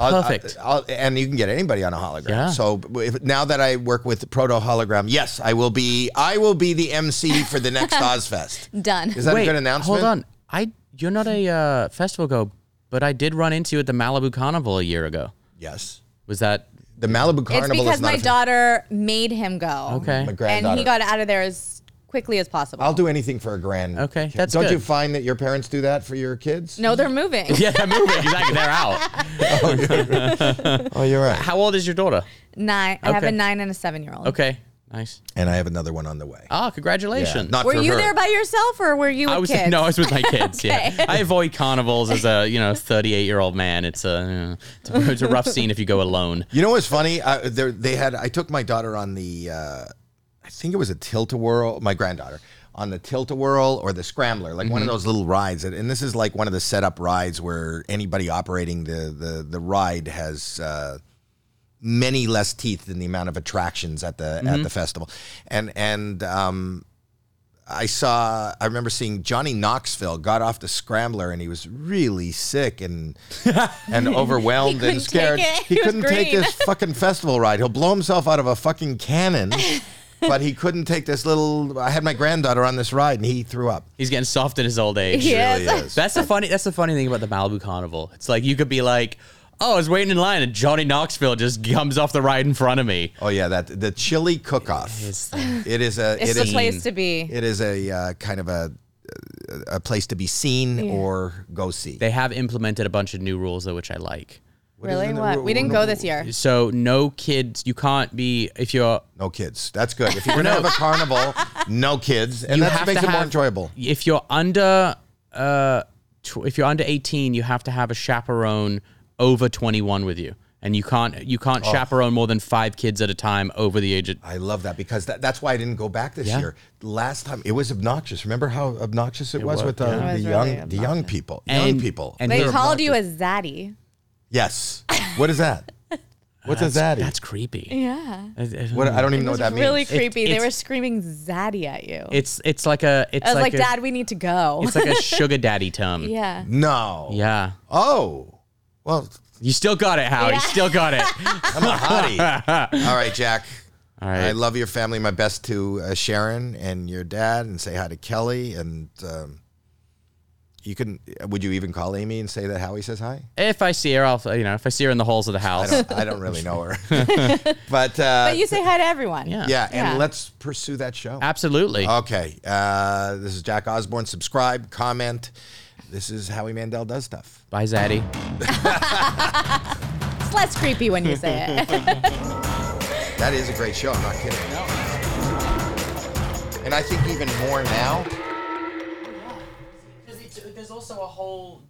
Speaker 1: I'll-
Speaker 3: Perfect.
Speaker 1: I'll- and you can get anybody on a hologram.
Speaker 3: Yeah.
Speaker 1: So if, now that I work with proto hologram, yes, I will be. I will be the MC for the
Speaker 3: <laughs>
Speaker 1: next Ozfest.
Speaker 2: Done.
Speaker 1: Is that
Speaker 3: Wait,
Speaker 1: a good announcement?
Speaker 3: Hold on. I you're not a uh, festival go, but I did run into you at the Malibu Carnival a year ago.
Speaker 1: Yes.
Speaker 3: Was that <laughs>
Speaker 1: The Malibu
Speaker 2: It's
Speaker 1: Carnival
Speaker 2: because
Speaker 1: is not
Speaker 2: my
Speaker 1: a-
Speaker 2: daughter made him go.
Speaker 3: okay?
Speaker 1: my
Speaker 2: And
Speaker 1: granddaughter.
Speaker 2: he got out of there as quickly as possible.
Speaker 1: I'll do anything for a grand.
Speaker 3: Okay, that's
Speaker 1: Don't
Speaker 3: good.
Speaker 1: you find that your parents do that for your kids?
Speaker 2: no, they're moving.
Speaker 3: <laughs> yeah, they're moving. Exactly. They're out.
Speaker 1: Oh, you're right.
Speaker 3: How old is your daughter?
Speaker 2: Nine. I have a
Speaker 3: Okay.
Speaker 2: nine and a seven year old.
Speaker 3: Okay. Nice.
Speaker 1: And I have another one on the way.
Speaker 3: Ah, congratulations.
Speaker 1: Not
Speaker 2: Were
Speaker 1: for
Speaker 2: you
Speaker 1: her.
Speaker 2: there by yourself or were you with
Speaker 3: I was
Speaker 2: kids?
Speaker 3: <laughs> no, I was with my kids. <laughs>
Speaker 2: Okay.
Speaker 3: Yeah, I avoid carnivals as a you know thirty eight year old man. It's a it's a- it's a rough scene if you go alone.
Speaker 1: You know what's funny? I, there, they had. I took my daughter on the. Uh, I think it was a tilt a whirl. My granddaughter on the tilt a whirl or the scrambler, like
Speaker 3: Mm-hmm.
Speaker 1: one of those little rides. And- And this is like one of the setup rides where anybody operating the the the ride has. Uh, many less teeth than the amount of attractions at the
Speaker 2: Mm-hmm.
Speaker 1: at the festival and and um I saw, I remember seeing Johnny Knoxville got off the scrambler and he was really sick
Speaker 2: <laughs>
Speaker 1: and and overwhelmed
Speaker 2: couldn't
Speaker 1: and scared.
Speaker 2: take it.
Speaker 1: He,
Speaker 2: He was
Speaker 1: couldn't take
Speaker 2: green.
Speaker 1: this fucking festival ride. He'll blow himself out of a fucking
Speaker 2: <laughs>
Speaker 1: cannon, but he couldn't take this little. I had my granddaughter on this ride and he threw up.
Speaker 3: He's getting soft in his old age.
Speaker 2: Yes.
Speaker 3: That's the funny. That's the funny thing about the Malibu Carnival. It's like you could be like, "Oh, I was waiting in line, and Johnny Knoxville just comes off the ride in front of me."
Speaker 1: Oh yeah, that the chili cook-off. It is a.
Speaker 2: It's
Speaker 1: it
Speaker 2: the
Speaker 1: is-
Speaker 2: place to be.
Speaker 1: It is a uh, kind of a a place to be seen or go see.
Speaker 3: They have implemented a bunch of new rules though, which I like.
Speaker 2: really?
Speaker 1: isn't it?
Speaker 2: What? We didn't go this year.
Speaker 3: So no kids. You can't be if you're.
Speaker 1: No kids. That's good. If you're gonna have a carnival, no kids, and
Speaker 3: you
Speaker 1: that
Speaker 3: have
Speaker 1: makes
Speaker 3: to
Speaker 1: it more
Speaker 3: have-
Speaker 1: enjoyable.
Speaker 3: If you're under, uh, tw- if you're under eighteen, you have to have a chaperone over twenty one with you. and you can't you can't
Speaker 1: Oh.
Speaker 3: chaperone more than five kids at a time over the age of.
Speaker 1: I love that because that, that's why I didn't go back this
Speaker 3: Yeah.
Speaker 1: year. Last time it was obnoxious. Remember how obnoxious it, was,
Speaker 3: was,
Speaker 1: with uh,
Speaker 3: yeah.
Speaker 2: It
Speaker 1: the
Speaker 2: was
Speaker 1: young
Speaker 2: really
Speaker 1: the young
Speaker 2: obnoxious.
Speaker 1: people. young
Speaker 3: And-
Speaker 1: people.
Speaker 3: and
Speaker 2: They
Speaker 3: They're
Speaker 2: called you a zaddy.
Speaker 1: yes. What is that? What does that?
Speaker 3: That's creepy.
Speaker 2: Yeah.
Speaker 1: What I don't even know what
Speaker 2: It's
Speaker 1: that
Speaker 2: really
Speaker 1: means.
Speaker 2: creepy. they
Speaker 3: it's-
Speaker 2: were screaming zaddy at you.
Speaker 3: It's it's like a it's
Speaker 2: I was
Speaker 3: like,
Speaker 2: like,
Speaker 3: a,
Speaker 2: Dad, we need to go.
Speaker 3: It's like a sugar daddy
Speaker 2: <laughs>
Speaker 3: term.
Speaker 2: yeah.
Speaker 1: No.
Speaker 3: Yeah.
Speaker 1: Oh. Well,
Speaker 3: You still got it, Howie. You still got it.
Speaker 1: I'm a hottie. All right, Jack.
Speaker 3: All right.
Speaker 1: I love your family. My best to uh, Sharon and your dad, and say hi to Kelly. And um, you can. Would you even call Amy and say that Howie says hi?
Speaker 3: if I see her, I'll you know if I see her in the halls of the
Speaker 1: I
Speaker 3: house.
Speaker 1: don't. I don't really know her. <laughs> but, uh,
Speaker 2: But you say hi to everyone.
Speaker 3: Yeah.
Speaker 1: yeah, and
Speaker 2: Yeah.
Speaker 1: let's pursue that show.
Speaker 3: <laughs> Absolutely.
Speaker 1: Okay. Uh, this is Jack Osborne. Subscribe, comment. This is Howie Mandel does stuff.
Speaker 3: Bye, Zaddy.
Speaker 2: It's less creepy when you say it.
Speaker 1: That is a great show. I'm not kidding. And I think even more now.
Speaker 3: There's also a whole eh,